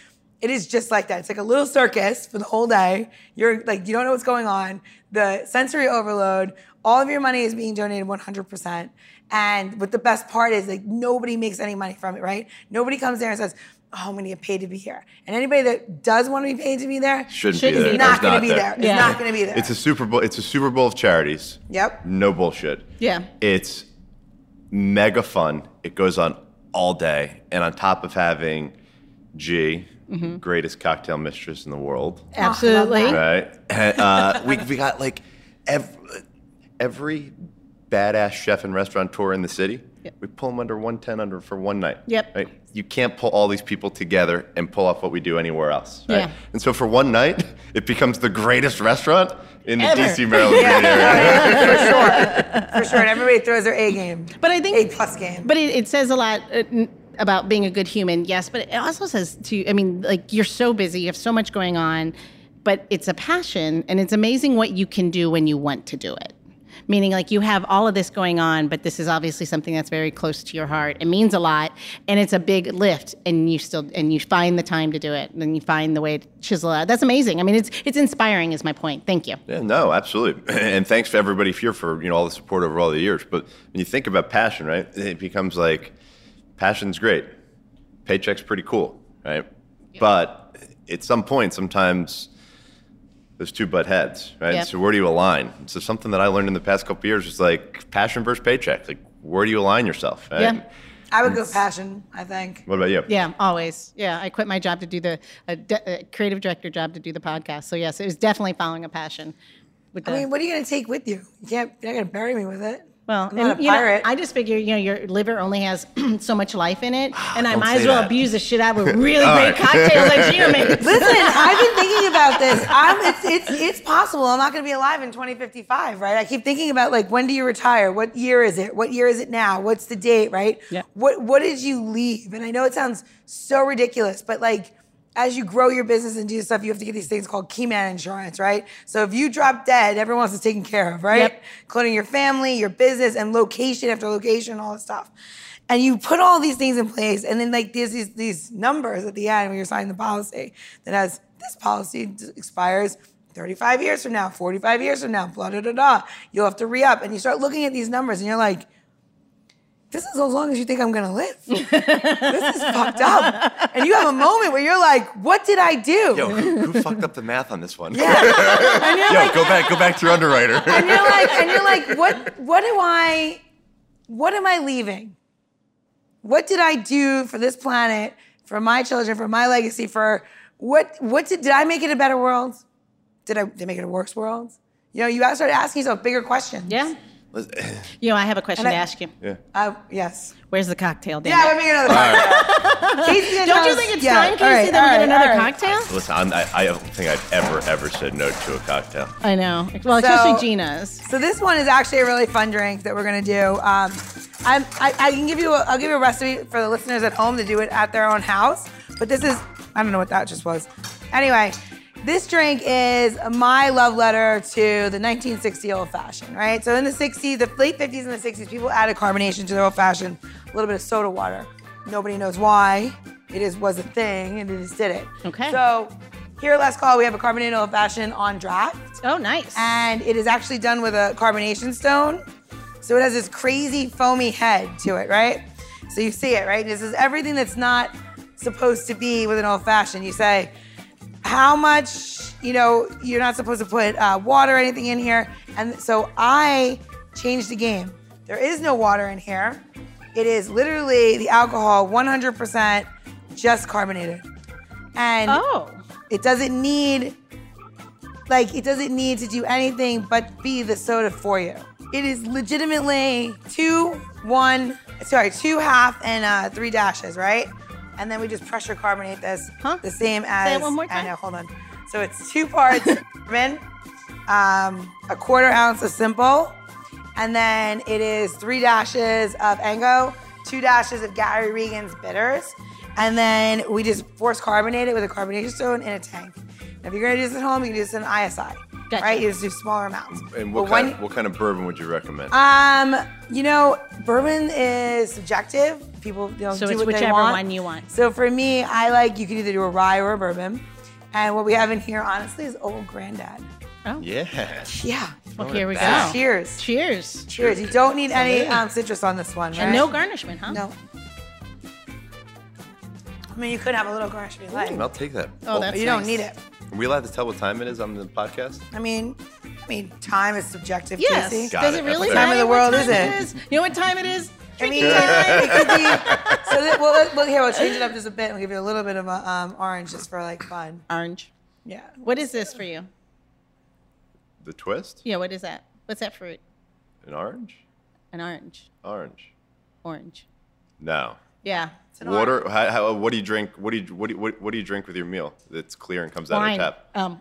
S2: it is just like that. It's like a little circus for the whole day. You're like, you don't know what's going on. The sensory overload, all of your money is being donated 100%. And what the best part is, like, nobody makes any money from it, right? Nobody comes there and says, Oh, I'm gonna get paid to be here. And anybody that does wanna be paid to be there
S3: Shouldn't,
S1: Shouldn't
S3: be there.
S1: be
S2: is
S3: It's
S2: not gonna be there. It's
S1: Yeah.
S2: not gonna be there.
S3: It's a Super Bowl. It's a Super Bowl of charities.
S2: Yep.
S3: No bullshit.
S1: Yeah.
S3: It's mega fun. It goes on all day, and on top of having G,
S1: Mm-hmm.
S3: greatest cocktail mistress in the world,
S1: Absolutely.
S3: right? And, uh, we we got like every, every badass chef and restaurateur in the city.
S1: Yep.
S3: We pull them under 110 under for one night.
S1: Yep.
S3: Right? You can't pull all these people together and pull off what we do anywhere else. Right?
S1: Yeah.
S3: And so for one night, it becomes the greatest restaurant in the
S1: Ever.
S3: DC Maryland area.
S2: for sure. And everybody throws their A game.
S1: But I think
S2: A plus game.
S1: But it, it says a lot uh, n- about being a good human, yes. But it also says to, I mean, like you're so busy, you have so much going on, but it's a passion, and it's amazing what you can do when you want to do it. Meaning, like you have all of this going on, but this is obviously something that's very close to your heart. It means a lot, and it's a big lift. And you still, and you find the time to do it, and you find the way to chisel out. That's amazing. I mean, it's it's inspiring, is my point. Thank you.
S3: Yeah, no, absolutely. And thanks for everybody here for, you know, all the support over all the years. But when you think about passion, right, it becomes like passion's great. Paycheck's pretty cool, right? But at some point, sometimes those two butt heads, right?
S1: Yep.
S3: So where do you align? So something that I learned in the past couple years is like passion versus paycheck. Like where do you align yourself? Right?
S1: Yeah.
S2: I would go passion, I think.
S3: What about you?
S1: Yeah, always. Yeah, I quit my job to do the a de- a creative director job to do the podcast. So yes, it was definitely following a passion. With the,
S2: I mean, what are you gonna take with you? You can't you're not gonna bury me with it.
S1: well,
S2: I'm not
S1: and,
S2: a
S1: you know,
S2: pirate.
S1: I just figure you know your liver only has so much life in it, and I
S3: Don't
S1: might
S3: say
S1: as well
S3: that.
S1: abuse the shit out with really great
S3: right.
S1: cocktails that Gina makes.
S2: Listen, I've been thinking about this. I'm, it's, it's, it's possible I'm not going to be alive in 2055, right? I keep thinking about like, when do you retire? What year is it? What year is it now? What's the date, right?
S1: Yeah.
S2: What What did you leave? And I know it sounds so ridiculous, but like, as you grow your business and do stuff, you have to get these things called key man insurance, right? So if you drop dead, everyone else is taken care of, right?
S1: Yep.
S2: Including your family, your business, and location after location, all this stuff. And you put all these things in place, and then like there's these these numbers at the end when you're signing the policy that has this policy d- expires 35 years from now, 45 years from now, blah da da da. You'll have to re-up, and you start looking at these numbers, and you're like, this is as long as you think I'm gonna live. this is fucked up. And you have a moment where you're like, what did I do?
S3: Yo, who, who fucked up the math on this one?
S2: Yeah. and you're
S3: Yo,
S2: like,
S3: go back, go back to your underwriter.
S2: and you're like, and you're like, what what do I what am I leaving? What did I do for this planet, for my children, for my legacy, for what what did, did I make it a better world? Did I did I make it a worse world? You know, you gotta start asking yourself bigger questions.
S1: Yeah,
S3: Listen-
S1: you know I have a question
S2: And I-
S1: to ask you.
S3: yeah.
S2: Uh, yes.
S1: Where's the cocktail? Dan?
S2: Yeah, we're making another podcast. Casey and
S1: Don't you
S2: John's-
S1: think it's
S2: yeah,
S1: time, Casey,
S2: all right,
S1: that we
S2: all
S1: get
S2: right,
S1: another
S2: all right.
S1: cocktail?
S3: Listen, I'm, I, I don't think I've ever, ever said no to a cocktail.
S1: I know. Well,
S2: So-
S1: especially Gina's.
S2: So this one is actually a really fun drink that we're gonna do. Um, I'm, I, I can give you, a, I'll give you a recipe for the listeners at home to do it at their own house. But this is, I don't know what that just was. Anyway, this drink is my love letter to the 1960 old fashioned, right? So in the 60s, the late 50s and the 60s, people added carbonation to their old fashioned, a little bit of soda water. Nobody knows why. It is was a thing, and they just did it.
S1: Okay.
S2: So here at Last Call, we have a carbonated old fashioned on draft
S1: Oh, nice.
S2: and it is actually done with a carbonation stone. So it has this crazy foamy head to it, right? So you see it, right? This is everything that's not supposed to be with an old fashioned. You say, how much, you know, you're not supposed to put uh, water or anything in here. And so I changed the game. There is no water in here. It is literally the alcohol 100% just carbonated. And
S1: Oh.
S2: it doesn't need, like, it doesn't need to do anything but be the soda for you. It is legitimately two, one, sorry, two half and uh, three dashes, right? And then we just pressure carbonate this
S1: Huh?
S2: the same as.
S1: one more
S2: I
S1: time.
S2: know, hold on. So it's two parts bourbon, um, a quarter ounce of simple, and then it is three dashes of Ango, two dashes of Gary Regan's bitters, and then we just force carbonate it with a carbonation stone in a tank. Now, if you're gonna do this at home, you can do this in an ISI,
S1: Gotcha.
S2: right? You just do smaller amounts.
S3: And what
S2: But when-
S3: kind, what kind of bourbon would you recommend?
S2: um, you know, bourbon is subjective. People you know,
S1: So
S2: do
S1: it's
S2: what they
S1: whichever
S2: want.
S1: one you want.
S2: So for me, I like you can either do a rye or a bourbon. And what we have in here, honestly, is old granddad.
S1: Oh.
S3: yeah.
S2: Yeah.
S1: Well, here we
S3: So
S1: go.
S2: Cheers.
S1: Cheers.
S2: Cheers. You don't need any
S3: Salute.
S2: um, citrus on this one, right?
S1: Oh. And no garnishment, huh?
S2: No. I mean, you could have a little garnish if you like.
S3: Mm, I'll take that.
S1: Oh,
S2: but
S1: that's
S2: you
S1: nice.
S2: don't need it.
S3: Are we allowed to tell what time it is on the podcast?
S2: I mean, I mean, time is subjective,
S1: Yes.
S2: Casey.
S3: Got
S1: Does it
S3: it.
S1: really
S3: What
S1: matter
S2: of
S3: time
S2: the
S1: what
S2: world is
S1: time
S2: it?
S1: You know what time it is?
S2: I mean, time, it could be. So that, well, let- well, here we'll change it up just a bit. We'll give you a little bit of a um, orange just for like fun.
S1: Orange.
S2: Yeah.
S1: What is this for you?
S3: The twist?
S1: Yeah, what is that? What's that fruit?
S3: An orange?
S1: An orange.
S3: Orange?
S1: Orange.
S3: No.
S1: Yeah.
S2: an
S3: Water? How, how, what do you drink? What do you what do you, what, what do you drink with your meal that's clear and comes
S1: wine.
S3: out of tap?
S1: Um,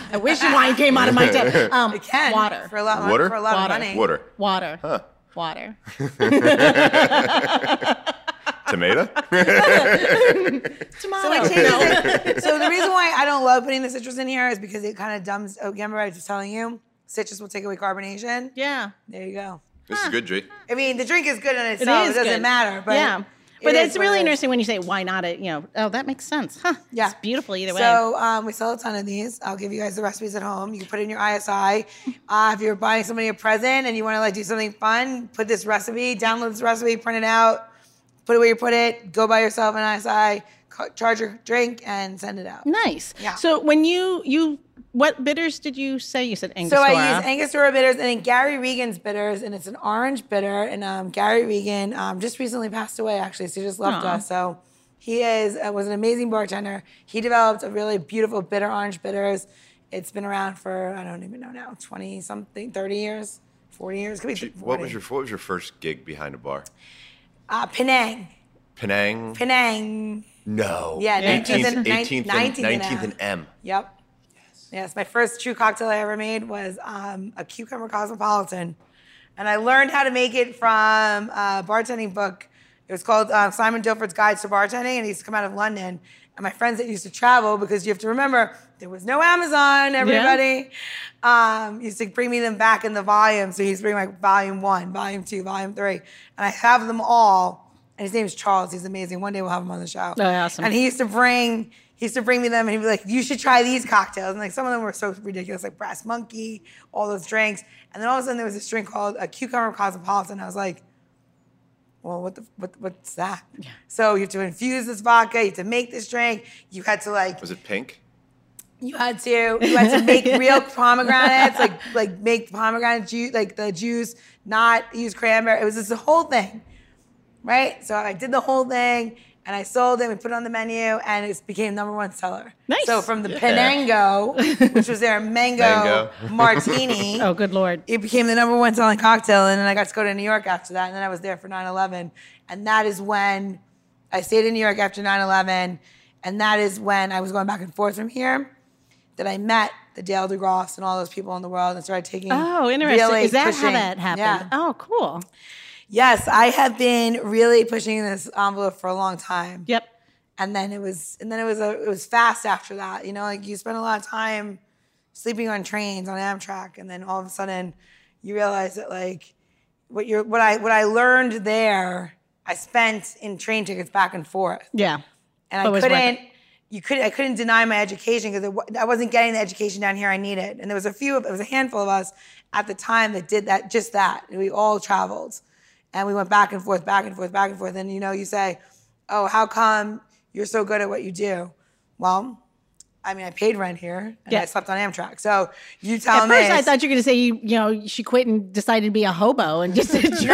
S1: I wish wine came out of my tap. Um,
S2: It can
S1: water.
S2: for a lot,
S3: Water?
S2: For a lot
S1: Water.
S2: of money.
S3: Water.
S1: Water.
S3: Huh.
S1: Water.
S3: Tomato?
S1: Tomato.
S2: So it changes it. So the reason why I don't love putting the citrus in here is because it kind of dumbs. Oh, remember I was just telling you, citrus will take away carbonation.
S1: Yeah.
S2: There you go.
S3: this is good, G.
S2: I mean, the drink is good in
S1: It
S2: itself. It,
S1: is
S2: doesn't
S1: good.
S2: matter. But
S1: yeah.
S2: it
S1: But
S2: is
S1: it's
S2: what
S1: really
S2: it is.
S1: interesting when you say why not it, you know, oh that makes sense. Huh.
S2: Yeah.
S1: It's beautiful either way.
S2: So um, we sell a ton of these. I'll give you guys the recipes at home. You can put it in your ISI. Uh, if you're buying somebody a present and you want to like do something fun, put this recipe, download this recipe, print it out, put it where you put it, go buy yourself an ISI, ca- charge your drink, and send it out.
S1: nice.
S2: Yeah.
S1: So when you you what bitters did you say? You said
S2: So
S1: Angostura.
S2: I use Angostura bitters and then Gary Regan's bitters, and it's an orange bitter. And um, Gary Regan um, just recently passed away, actually, so he just left
S1: Aw.
S2: us. So he is uh, was an amazing bartender. He developed a really beautiful bitter orange bitters. It's been around for I don't even know now, twenty something, thirty years, forty years. Could be
S3: Gee,
S2: 40.
S3: What was your what was your first gig behind a bar?
S2: uh, Penang?
S3: Penang?
S2: Penang.
S3: no.
S2: Yeah,
S3: 18th,
S2: 19th and- 19th
S3: 18th, and,
S2: and a
S3: 19th and M.
S2: Yep. Yes. Yes. My first true cocktail I ever made was um, a cucumber cosmopolitan, and I learned how to make it from a bartending book. It was called uh, Simon Dilford's Guides to Bartending, and it used to come out of London. And my friends that used to travel, because you have to remember there was no Amazon, everybody, um, used to bring me them back in the volume. So he's bring like volume one, volume two, volume three, and I have them all. And his name is Charles. He's amazing. One day we'll have him on the show.
S1: Oh, awesome.
S2: And he used to bring he used to bring me them and he'd be like, you should try these cocktails. And like some of them were so ridiculous, like brass monkey, all those drinks. And then all of a sudden there was this drink called a cucumber cosmopolitan. I was like, well, what the what, what's that? So you have to infuse this vodka, you have to make this drink, you had to like
S3: Was it pink?
S2: you had to you had to make real pomegranates, like like make pomegranate juice, like the juice, not use cranberry. It was just the whole thing, right? So I did the whole thing, and I sold it. We put it on the menu, and it became number one seller.
S1: Nice.
S2: So from the
S3: Yeah.
S2: Penango, which was their mango,
S3: Mango.
S2: martini,
S1: Oh good lord.
S2: it became the number one selling cocktail. And then I got to go to New York after that. And then I was there for 9 11. And that is when I stayed in New York after 9 11. And that is when I was going back and forth from here that I met the Dale DeGroffs and all those people in the world and started taking.
S1: Oh, interesting.
S2: really
S1: is that how
S2: pushing-
S1: that happened?
S2: Yeah.
S1: Oh, cool.
S2: Yes, I have been really pushing this envelope for a long time.
S1: Yep.
S2: And then it was, and then it was a, it was fast after that. You know, like you spend a lot of time sleeping on trains on Amtrak, and then all of a sudden you realize that like what you're, what I, what I learned there, I spent in train tickets back and forth,
S1: Yeah.
S2: and
S1: But
S2: I
S1: was worth it.
S2: couldn't. you could I couldn't deny my education because wa I wasn't getting the education down here I needed. And there was a few, of, it was a handful of us at the time that did that, just that. And we all traveled, and we went back and forth, back and forth, back and forth. And you know, you say, "Oh, how come you're so good at what you do?" Well. I mean, I paid rent here and I
S1: Yeah.
S2: slept on Amtrak. So you tell
S1: At
S2: me.
S1: first, I thought you were going to say you, you know, she quit and decided to be a hobo and just did train
S2: No,
S1: jumping.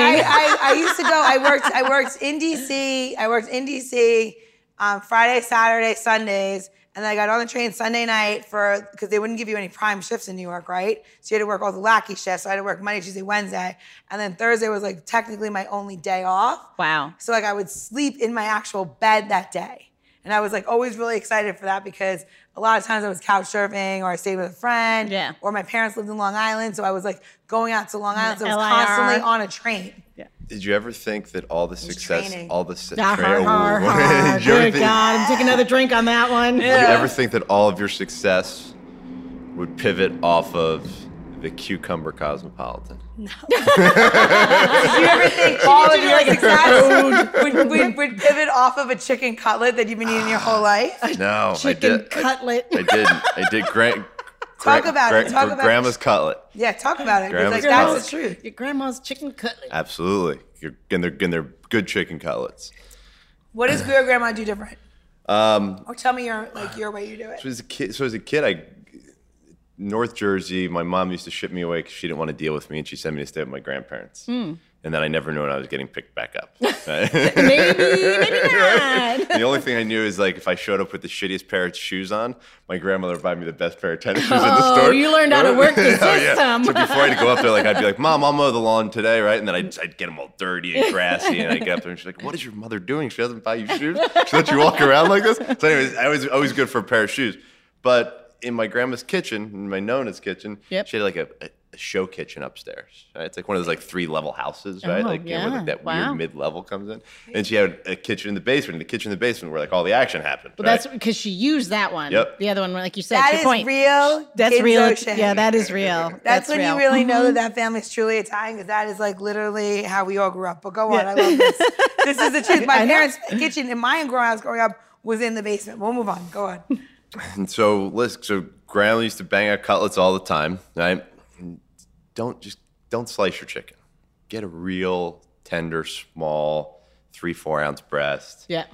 S2: I, I, I, I used to go. I worked. I worked in DC. I worked in DC um, Friday, Saturday, Sundays, and then I got on the train Sunday night for because they wouldn't give you any prime shifts in New York, right? So you had to work all the lackey shifts. So I had to work Monday, Tuesday, Wednesday, and then Thursday was like technically my only day off.
S1: wow.
S2: So like I would sleep in my actual bed that day. And I was like always really excited for that because a lot of times I was couch surfing or I stayed with a friend.
S1: Yeah.
S2: Or my parents lived in Long Island. So I was like going out to Long Island. So I was
S1: LIR.
S2: constantly on a train.
S3: Did you ever think that all the success,
S2: training.
S3: all the su-
S1: Ah, har,
S3: trail-
S1: har, har.
S3: Did you ever
S1: Good
S3: think-
S1: God, I'm taking another drink on that one.
S3: Did you ever think that all of your success would pivot off of the cucumber cosmopolitan?
S2: Did you ever think all of your success would, would, would pivot off of a chicken cutlet that you've been eating your whole life?
S3: No, I
S1: Chicken
S3: did. I-
S1: cutlet.
S3: I, didn't. I did. Grant.
S2: Talk about it, talk about it.
S3: grandma's cutlet.
S2: Yeah, talk about it. 'cause,
S3: Grandma's
S2: like, that's
S3: cutlet.
S2: the truth.
S1: Your grandma's chicken cutlet.
S3: Absolutely. You're, and they're and they're good chicken cutlets.
S2: What does your grandma do different? Um, or tell me your like your way you do it.
S3: So as a kid, so as a kid, I North Jersey. My mom used to ship me away because she didn't want to deal with me, and she sent me to stay with my grandparents.
S2: Hmm.
S3: And then I never knew when I was getting picked back up.
S1: Maybe, maybe not.
S3: the only thing I knew is like if I showed up with the shittiest pair of shoes on, my grandmother would buy me the best pair of tennis shoes in the
S1: Oh,
S3: store.
S1: you learned how to work the
S3: Oh,
S1: system.
S3: So before I'd go up there, like I'd be like, "Mom, I'll mow the lawn today," right? And then I'd, I'd get them all dirty and grassy, and I'd get up there and she's like, "What is your mother doing? She doesn't buy you shoes. She lets you walk around like this." So, anyways, I was always good for a pair of shoes, but in my grandma's kitchen, in my Nona's kitchen,
S1: Yep.
S3: she had like a, a a show kitchen upstairs. Right? It's like one of those like three level houses, right?
S1: Oh,
S3: like you know, where, like,
S1: yeah.
S3: that
S1: Wow.
S3: weird mid level comes in. And she had a kitchen in the basement. And the kitchen in the basement where like all the action happened.
S1: Well,
S3: right?
S1: that's because she used that one.
S3: Yep.
S1: The other one, like you said,
S2: That
S1: your
S2: is
S1: point.
S2: real.
S1: That's
S2: Ginzo
S1: real.
S2: shit.
S1: Yeah, that is real.
S2: That's, when
S1: real. Mm-hmm.
S2: you really know that that family's truly Italian because that is like literally how we all grew up. But go on,
S1: Yeah.
S2: I love this. this is the truth.
S1: I
S2: My
S1: know.
S2: parents' kitchen in my growing house growing up was in the basement. We'll move on. Go on.
S3: And so, listen, so Grandma used to bang out cutlets all the time, right? And Don't just don't slice your chicken. Get a real tender, small, three four ounce breast.
S1: Yeah.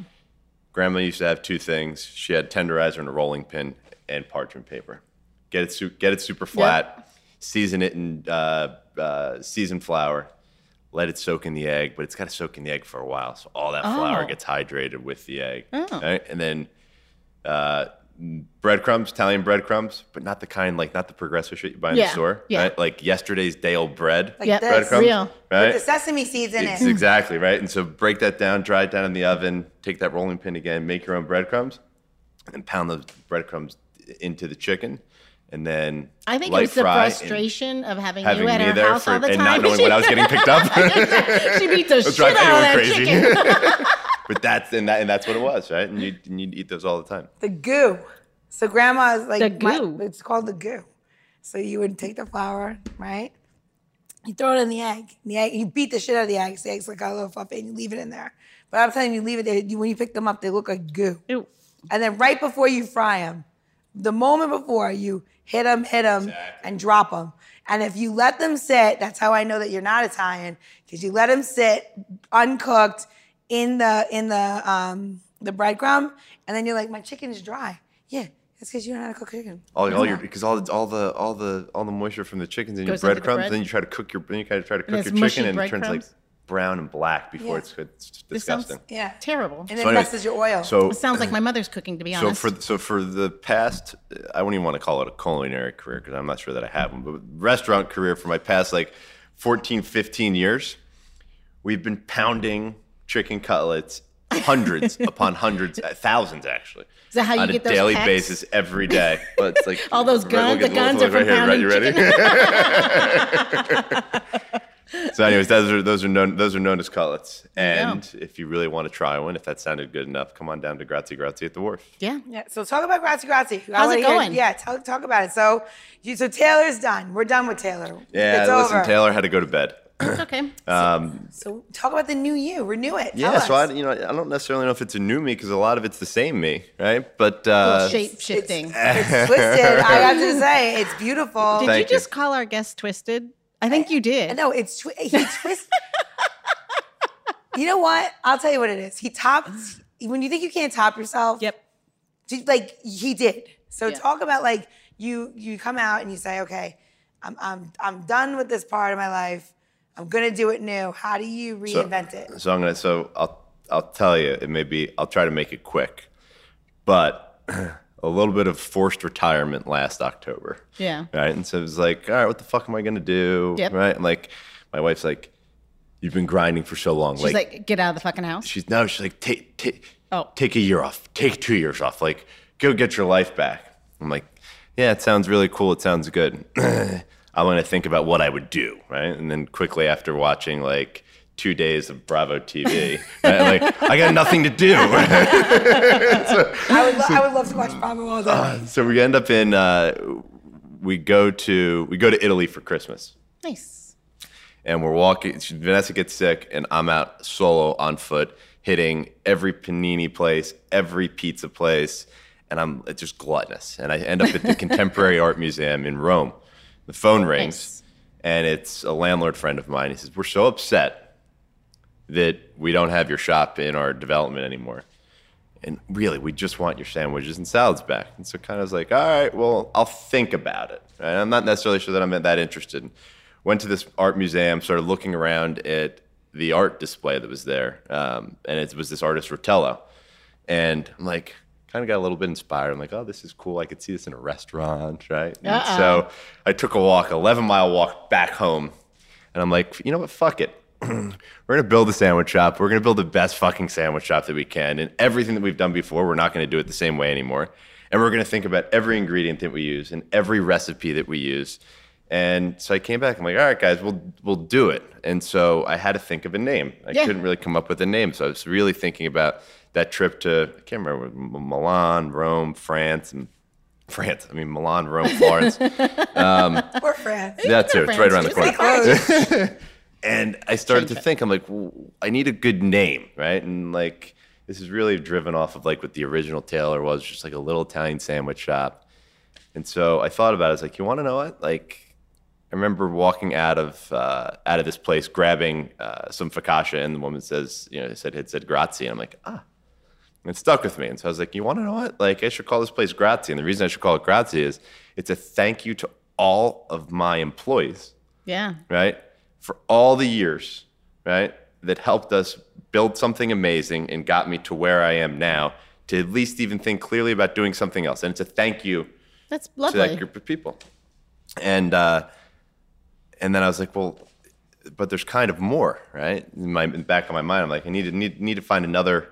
S3: Grandma used to have two things. She had tenderizer and a rolling pin and parchment paper. Get it su- get it super flat. Season it in uh, uh, seasoned flour. Let it soak in the egg, but it's got to soak in the egg for a while, so all that flour
S1: Oh.
S3: gets hydrated with the egg. right? And then uh, breadcrumbs, Italian breadcrumbs, but not the kind like not the progressive shit you buy in
S1: Yeah,
S3: the store.
S1: yeah.
S3: Right? Like yesterday's day old bread.
S2: Like
S1: Yep.
S2: this.
S3: breadcrumbs.
S1: Real.
S3: Right?
S2: With the sesame seeds in
S3: Ex-
S2: it.
S3: Exactly, right? And so break that down, dry it down in the oven, take that rolling pin again, make your own breadcrumbs, and then pound those breadcrumbs into the chicken. And then
S1: I think
S3: light
S1: it was the
S3: fry and
S1: frustration of having,
S3: having
S1: you at
S3: me
S1: her
S3: there
S1: house
S3: for
S1: all the
S3: and
S1: time.
S3: not knowing when I was getting picked up.
S1: she beat the
S3: It'll
S1: shit out
S3: drive
S1: of that
S3: anyone
S1: chicken.
S3: but that's and that and that's what it was, right? And you and you'd eat those all the time.
S2: The goo. So grandma's like
S1: The
S2: my-
S1: goo.
S2: it's called the goo. So you would take the flour, right? You throw it in the egg. The egg. You beat the shit out of the egg. So The egg's like a little fluffy, and you leave it in there. But I'm telling you, you leave it there. You, when you pick them up, they look like goo.
S1: Ew.
S2: And then right before you fry them, the moment before you hit them, hit them, and drop them. And if you let them sit, that's how I know that you're not Italian because you let them sit uncooked in the in the um, the breadcrumb, and then you're like, my chicken's dry. Yeah, that's because you don't know how to cook chicken.
S3: All, all your because all the all the all the all the moisture from the chickens in your
S1: Goes into the
S3: breadcrumbs,
S1: bread.
S3: then you try to cook your then you try to try to cook
S1: it's
S3: your
S1: mushy
S3: chicken and it turns like
S1: breadcrumbs.
S3: brown and black before
S2: Yeah.
S3: it's, it's
S1: This sounds
S3: disgusting.
S2: Yeah,
S1: Terrible.
S2: and it
S3: So anyways,
S2: messes your oil.
S3: So
S1: It sounds like my mother's cooking, to be
S3: So
S1: honest.
S3: for so for the past, I wouldn't even want to call it a culinary career because I'm not sure that I have one, but restaurant career for my past like 14, 15 years, we've been pounding chicken cutlets, hundreds upon hundreds, uh, thousands actually. Is
S1: that how you
S3: on
S1: get
S3: a
S1: those
S3: daily
S1: packs?
S3: basis every day? But it's like
S1: All those
S3: right,
S1: guns-
S3: look
S1: the
S3: at- look-
S1: guns
S3: look
S1: are from
S3: right here, right? You ready? so, anyways, those are those are known those are known as cutlets,
S1: you
S3: and if you really want to try one, if that sounded good enough, come on down to Grazie Grazie at the Wharf.
S1: yeah.
S2: Yeah. So talk about Grazie Grazie. I
S1: How's
S2: wanna
S1: it
S2: hear-
S1: going?
S2: yeah. Talk talk about it. So you. So Taylor's done. We're done with Taylor.
S3: Yeah,
S2: It's
S3: listen,
S2: over.
S3: Taylor had to go to bed.
S1: It's okay.
S3: Uh,
S2: So talk about the new you. Renew it. Tell
S3: Yeah, so I,
S2: us.
S3: you know, I don't necessarily know if it's a new me because a lot of it's the same me, right? But uh,
S1: Shape shifting.
S2: it's twisted. I have to say, it's beautiful.
S1: Did you
S3: Thank you.
S1: just call our guest twisted? I think you did.
S2: No, it's twi- he twists. you know what? I'll tell you what it is. He topped when you think you can't top yourself.
S1: Yep.
S2: do- like he did. So
S1: Yeah.
S2: talk about like you you come out and you say, okay, I'm I'm I'm done with this part of my life. I'm gonna do it new. How do you
S3: so-
S2: reinvent it?
S3: So I'm gonna. So I'll I'll tell you. It may be. I'll try to make it quick, but a little bit of forced retirement last October.
S1: Yeah.
S3: Right. And so it was like, all right, what the fuck am I gonna do?
S1: Yep.
S3: Right. And like, my wife's like, you've been grinding for so long.
S1: She's like, get out of the fucking house.
S3: she's no, she's like, take take
S1: Oh.
S3: take a year off, take two years off, like go get your life back. I'm like, yeah, it sounds really cool. It sounds good. I want to think about what I would do, right? And then quickly after watching like two days of Bravo TV, right? like I got nothing to do.
S2: I would lo- I would love to watch Bravo all day.
S3: so we end up in uh, we go to we go to Italy for Christmas.
S1: Nice.
S3: and we're walking. she- Vanessa gets sick, and I'm out solo on foot, hitting every panini place, every pizza place, and I'm just gluttonous. And I end up at the Contemporary Art Museum in Rome. The phone rings,
S1: Nice.
S3: and it's a landlord friend of mine. He says, "We're so upset that we don't have your shop in our development anymore." And really, we just want your sandwiches and salads back. And so kind of was like, all right, well, I'll think about it. Right? I'm not necessarily sure that I'm that interested. Went to this art museum, started looking around at the art display that was there. Um, and it was this artist, Rotello. And I'm like, kind of got a little bit inspired. I'm like, oh, this is cool. I could see this in a restaurant, right? And
S1: Uh-uh.
S3: so I took a walk, 11 mile walk back home. And I'm like, you know what? Fuck it. we're gonna build a sandwich shop. We're gonna build the best fucking sandwich shop that we can. And everything that we've done before, we're not gonna do it the same way anymore. And we're gonna think about every ingredient that we use and every recipe that we use. And so I came back. I'm like, all right, guys, we'll we'll do it. And so I had to think of a name. I
S1: Yeah.
S3: couldn't really come up with a name. So I was really thinking about that trip to I can't remember M- Milan, Rome, France, and France. I mean Milan, Rome, Florence.
S2: Or France.
S3: That's it. It's right
S1: France.
S3: around the
S1: Just
S3: corner.
S1: like
S2: Oh,
S3: And I started to think, I'm like, "W- I need a good name, right? And like, this is really driven off of like what the original Taylor was, just like a little Italian sandwich shop. And so I thought about it. I was like, you want to know what? Like, I remember walking out of uh, out of this place, grabbing uh, some focaccia, and the woman says, you know, said it said grazie, and I'm like, ah, and it stuck with me. And so I was like, you want to know what? Like, I should call this place grazie. And the reason I should call it grazie is it's a thank you to all of my employees
S1: Yeah.
S3: right? For all the years, right? That helped us build something amazing and got me to where I am now to at least even think clearly about doing something else. And it's a thank you
S1: That's
S3: to
S1: lovely.
S3: that group of people. And uh, and then I was like, well, but there's kind of more, right? In my in the back of my mind, I'm like, I need to need, need to find another.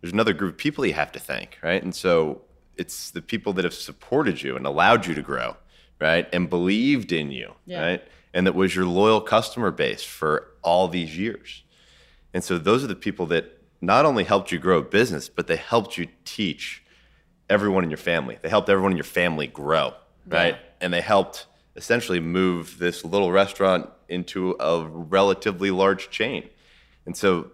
S3: There's another group of people you have to thank, right? And so it's the people that have supported you and allowed you to grow, right? And believed in you,
S1: Yeah.
S3: right? And that was your loyal customer base for all these years. And so those are the people that not only helped you grow a business, but they helped you teach everyone in your family. They helped everyone in your family grow, right? And they helped essentially move this little restaurant into a relatively large chain. And so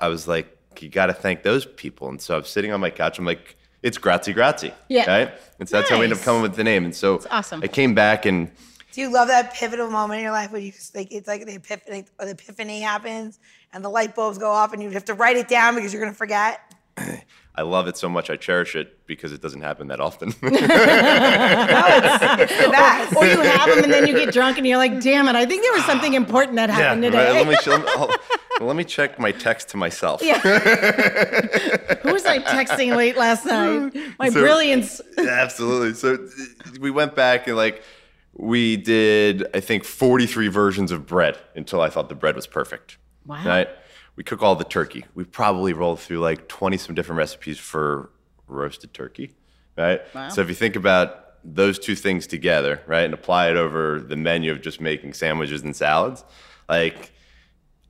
S3: I was like, you got to thank those people. And so I'm sitting on my couch. I'm like, it's grazie, grazie.
S1: Yeah.
S3: Right? And so that's how we ended up
S1: Nice.
S3: coming with the name. And so
S1: awesome.
S3: I came back and
S2: Do you love that pivotal moment in your life where you just like it's like the epiphany or the epiphany happens and the light bulbs go off and you have to write it down because you're gonna forget?
S3: I love it so much. I cherish it because it doesn't happen that often.
S2: The best.
S1: or you have them and then you get drunk and you're like, damn it, I think there was something important that happened
S3: Ah. right.
S1: today.
S3: Let me, let, me, I'll- let me check my text to myself.
S1: Who was I texting late last night? My
S3: So-
S1: brilliance.
S3: Absolutely. So uh, we went back and like we did, I think, 43 versions of bread until I thought the bread was perfect.
S1: Wow.
S3: Right? We cook all the turkey. We probably rolled through like 20 some different recipes for roasted turkey. Right?
S1: Wow.
S3: So if you think about those two things together, right, and apply it over the menu of just making sandwiches and salads, like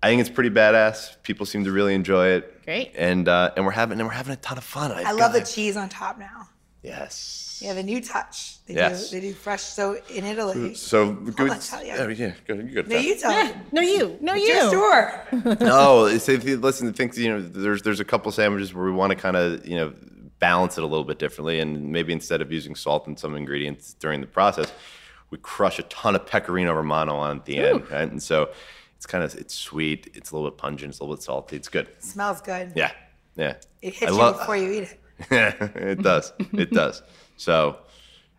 S3: I think it's pretty badass. People seem to really enjoy it.
S1: Great.
S3: And uh, and we're having and we're having a ton of fun.
S2: I love the cheese on top now.
S3: Yes.
S2: Yeah, the new touch. They
S3: Yes.
S2: do. They do fresh. So in Italy,
S3: So good.
S2: on, tell ya.
S3: Oh, yeah, yeah, go ahead, you go
S2: no,
S3: ahead.
S2: you tell
S1: Yeah,
S2: me.
S1: no, you, no, you.
S2: Just sure.
S3: no, it's- if you listen, think you know, there's there's a couple sandwiches where we want to kind of you know balance it a little bit differently, and maybe instead of using salt in some ingredients during the process, we crush a ton of pecorino romano on at the end, right? And so it's kind of it's sweet, it's a little bit pungent, it's a little bit salty, it's good.
S2: Smells good.
S3: Yeah, yeah.
S2: It hits
S3: I
S2: you
S3: love-
S2: before you eat it.
S3: it does. It does. So,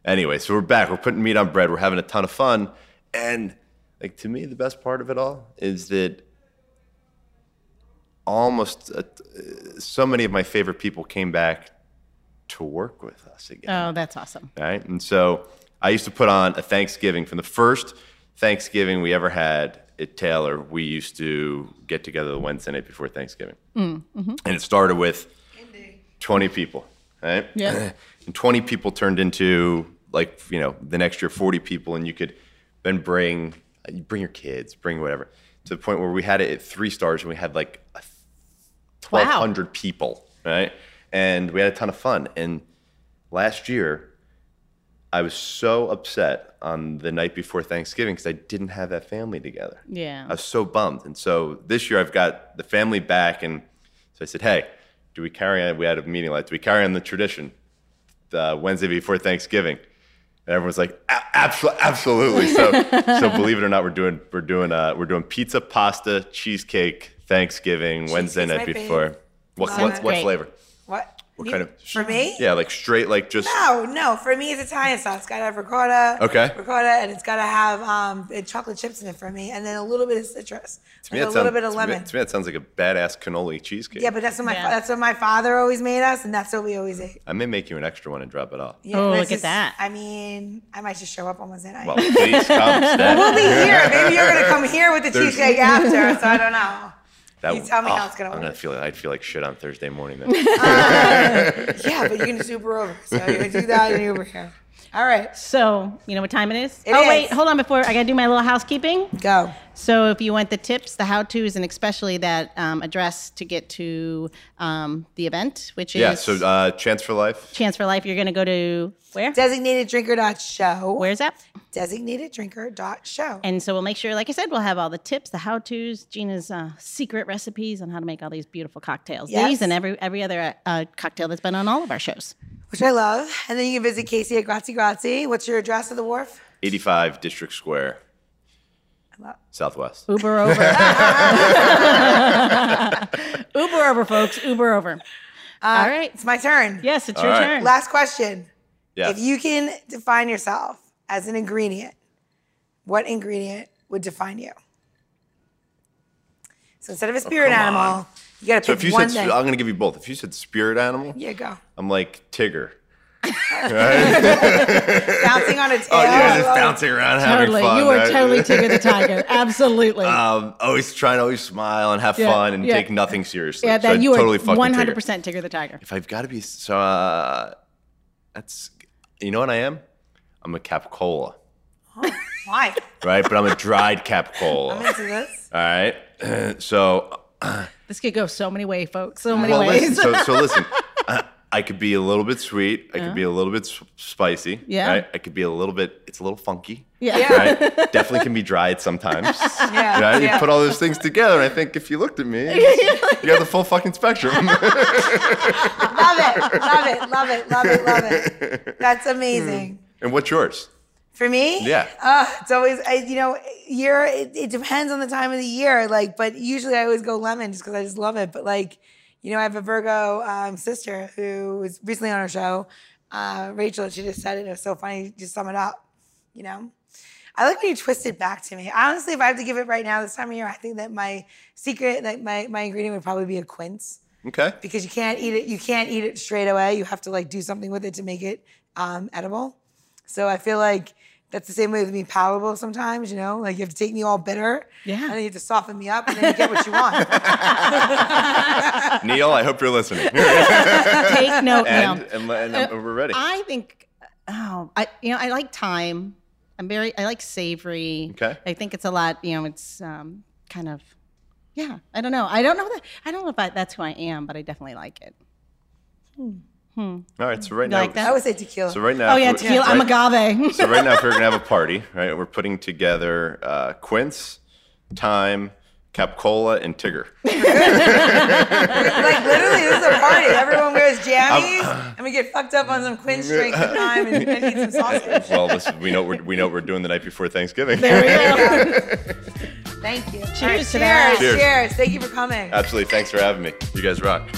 S3: anyway, so we're back. We're putting meat on bread. We're having a ton of fun. And, like, to me, the best part of it all is that almost uh, so many of my favorite people came back to work with us again
S1: Oh, that's awesome.
S3: right? And so I used to put on a Thanksgiving from the first Thanksgiving we ever had at Taylor. We used to get together the Wednesday night before Thanksgiving, and it started with twenty people, right?
S1: Yeah.
S3: and twenty people turned into like you know the next year forty people, and you could then bring you bring your kids, bring whatever to the point where we had it at three stars and we had like a
S1: Wow.
S3: 1,200 people, right? And we had a ton of fun. And last year, I was so upset on the night before Thanksgiving because I didn't have that family together.
S1: Yeah.
S3: I was so bummed. And so this year, I've got the family back. And so I said, hey, do we carry on? We had a meeting like, do we carry on the tradition the Wednesday before Thanksgiving? And everyone's like, absolutely, absolutely. So, so believe it or not, we're doing we're doing uh, we're doing pizza, pasta, cheesecake, Thanksgiving, Wednesday
S2: Cheesecake's
S3: night
S2: my fave.
S3: before. What
S2: Sounds
S3: what, what
S1: great.
S3: flavor?
S2: What?
S3: What
S2: You-
S3: kind of
S2: For me?
S3: Yeah, like straight, like just
S2: No, no. For me, it's Italian sauce. It's gotta have ricotta.
S3: Okay.
S2: Ricotta, and it's gotta have um, eh, chocolate chips in it for me, and then a little bit of citrus,
S3: To me,
S2: like a little
S3: that sound-
S2: bit of
S3: to me-
S2: lemon.
S3: To me, that sounds like a badass cannoli cheesecake.
S2: yeah, but that's what my
S1: Yeah.
S2: that's what my father always made us, and that's what we always ate.
S3: I may make you an extra one and drop it off.
S2: Yeah,
S1: Oh,
S2: this
S1: look at
S2: is-
S1: that.
S2: I mean, I might just show up on Wednesday night.
S3: Well, please come. Stan.
S2: we'll be here. Maybe you're gonna come here with the
S3: There's-
S2: cheesecake after, so I don't know.
S3: That- oh,
S2: you tell me how it's gonna
S3: I'm
S2: work.
S3: gonna feel. I'd feel like shit on Thursday morning. Then.
S2: Yeah, but you can just Uber over. So you're gonna do that and Uber here. All right,
S1: So, you know what time it is?
S2: It
S1: oh,
S2: is.
S1: wait, hold on before I got to do my little housekeeping.
S2: go.
S1: So, if you want the tips, the how to's, and especially that um, address to get to um, the event, which is
S3: yeah. So, uh, chance for life.
S1: Chance for Life, you're going to go to where?
S2: Designateddrinker.show.
S1: Where's that?
S2: Designateddrinker.show.
S1: And so we'll make sure, like I said, we'll have all the tips, the how tos, Gina's uh, secret recipes on how to make all these beautiful cocktails.
S2: Yes.
S1: These and every every other uh, cocktail that's been on all of our shows.
S2: which I love. And then you can visit Casey at Grazie Grazie. What's your address at the wharf?
S3: 85 District Square,
S2: I love-
S3: Southwest.
S1: Uber over. Uber over, folks. Uber over.
S2: Uh,
S1: all right.
S2: It's my turn.
S1: Yes, it's
S3: All
S1: your
S3: right.
S1: turn.
S2: Last question.
S3: Yeah.
S2: If you can define yourself as an ingredient, what ingredient would define you? So instead of a spirit
S3: come
S2: animal,
S3: on.
S2: you got to
S3: so
S2: pick
S3: if you
S2: one
S3: said,
S2: thing.
S3: I'm gonna give you both. If you said spirit animal,
S2: yeah, go.
S3: I'm like Tigger.
S2: Bouncing on a tail.
S3: Oh yeah,
S2: I
S3: just
S2: love it.
S3: bouncing around
S1: Totally.
S3: having fun.
S1: you are
S3: right?
S1: totally Tigger the Tiger. Absolutely.
S3: Um, always trying to always smile and have
S1: Yeah,
S3: fun and
S1: yeah.
S3: take nothing seriously.
S1: yeah,
S3: So
S1: that
S3: I'd
S1: you
S3: totally
S1: are
S3: fucking Tigger.
S1: 100% Tigger the Tiger.
S3: If I've got to be so, uh, that's you know what I am. I'm a capicola,
S2: Why?
S3: right? But I'm a dried capicola.
S2: I'm into this.
S3: All right. So,
S1: This could go so many ways, folks. So many
S3: well,
S1: ways.
S3: listen, so, so listen. I, I could be a little bit sweet. I could be a little bit s- spicy.
S1: Uh-huh. Yeah.
S3: Right? I could be a little bit. It's a little funky.
S1: yeah.
S2: Yeah.
S3: Right? Definitely can be dried sometimes.
S2: Yeah.
S3: Right?
S2: yeah.
S3: You put all those things together, and I think if you looked at me, you have the full fucking spectrum.
S2: love it. Love it. Love it. Love it. Love it. That's amazing.
S3: and what's yours?
S2: For me,
S3: Yeah.
S2: uh, it's always I, you know, year. It, it depends on the time of the year, like, but usually I always go lemon just because I just love it. But like, you know, I have a Virgo um, sister who was recently on our show, uh, Rachel. and She just said it. It was so funny. Just sum it up, you know. I like when you twist it back to me. Honestly, if I have to give it right now this time of year, I think that my secret, like my my ingredient, would probably be a quince
S3: Okay.
S2: because you can't eat it. You can't eat it straight away. You have to like do something with it to make it um, edible. So I feel like that's the same way with me palatable sometimes. You know, like you have to take me all bitter,
S1: Yeah.
S2: and then you have to soften me up, and then you get what you want.
S1: Uh,
S3: Neil, I hope you're listening.
S1: Take note now.
S3: and, and, and, and we're ready.
S1: I think, oh, I you know, I like time. I'm very, I like savory.
S3: Okay.
S1: I think it's a lot. You know, it's um, kind of, yeah. I don't know. I don't know that. I don't know if I, that's who I am, but I definitely like it.
S3: All right, so right
S1: You
S3: now,
S1: like that?
S2: I would say tequila.
S3: so right now,
S1: Oh yeah,
S3: if we-
S1: tequila. I'm
S3: right-
S1: agave.
S3: So right now, if we're gonna have a party, right, we're putting together uh, quince, thyme, capicola, and tigger.
S2: like literally, this is a party. Everyone wears jammies, and we get fucked up on some quince drink and time and, and eat some sausage.
S3: Well, this, we know we're, we know what we're doing the night before Thanksgiving.
S2: Thank you. Cheers
S1: to that.
S2: Cheers.
S3: Cheers.
S2: Thank you for coming.
S3: Absolutely. Thanks for having me. You guys rock.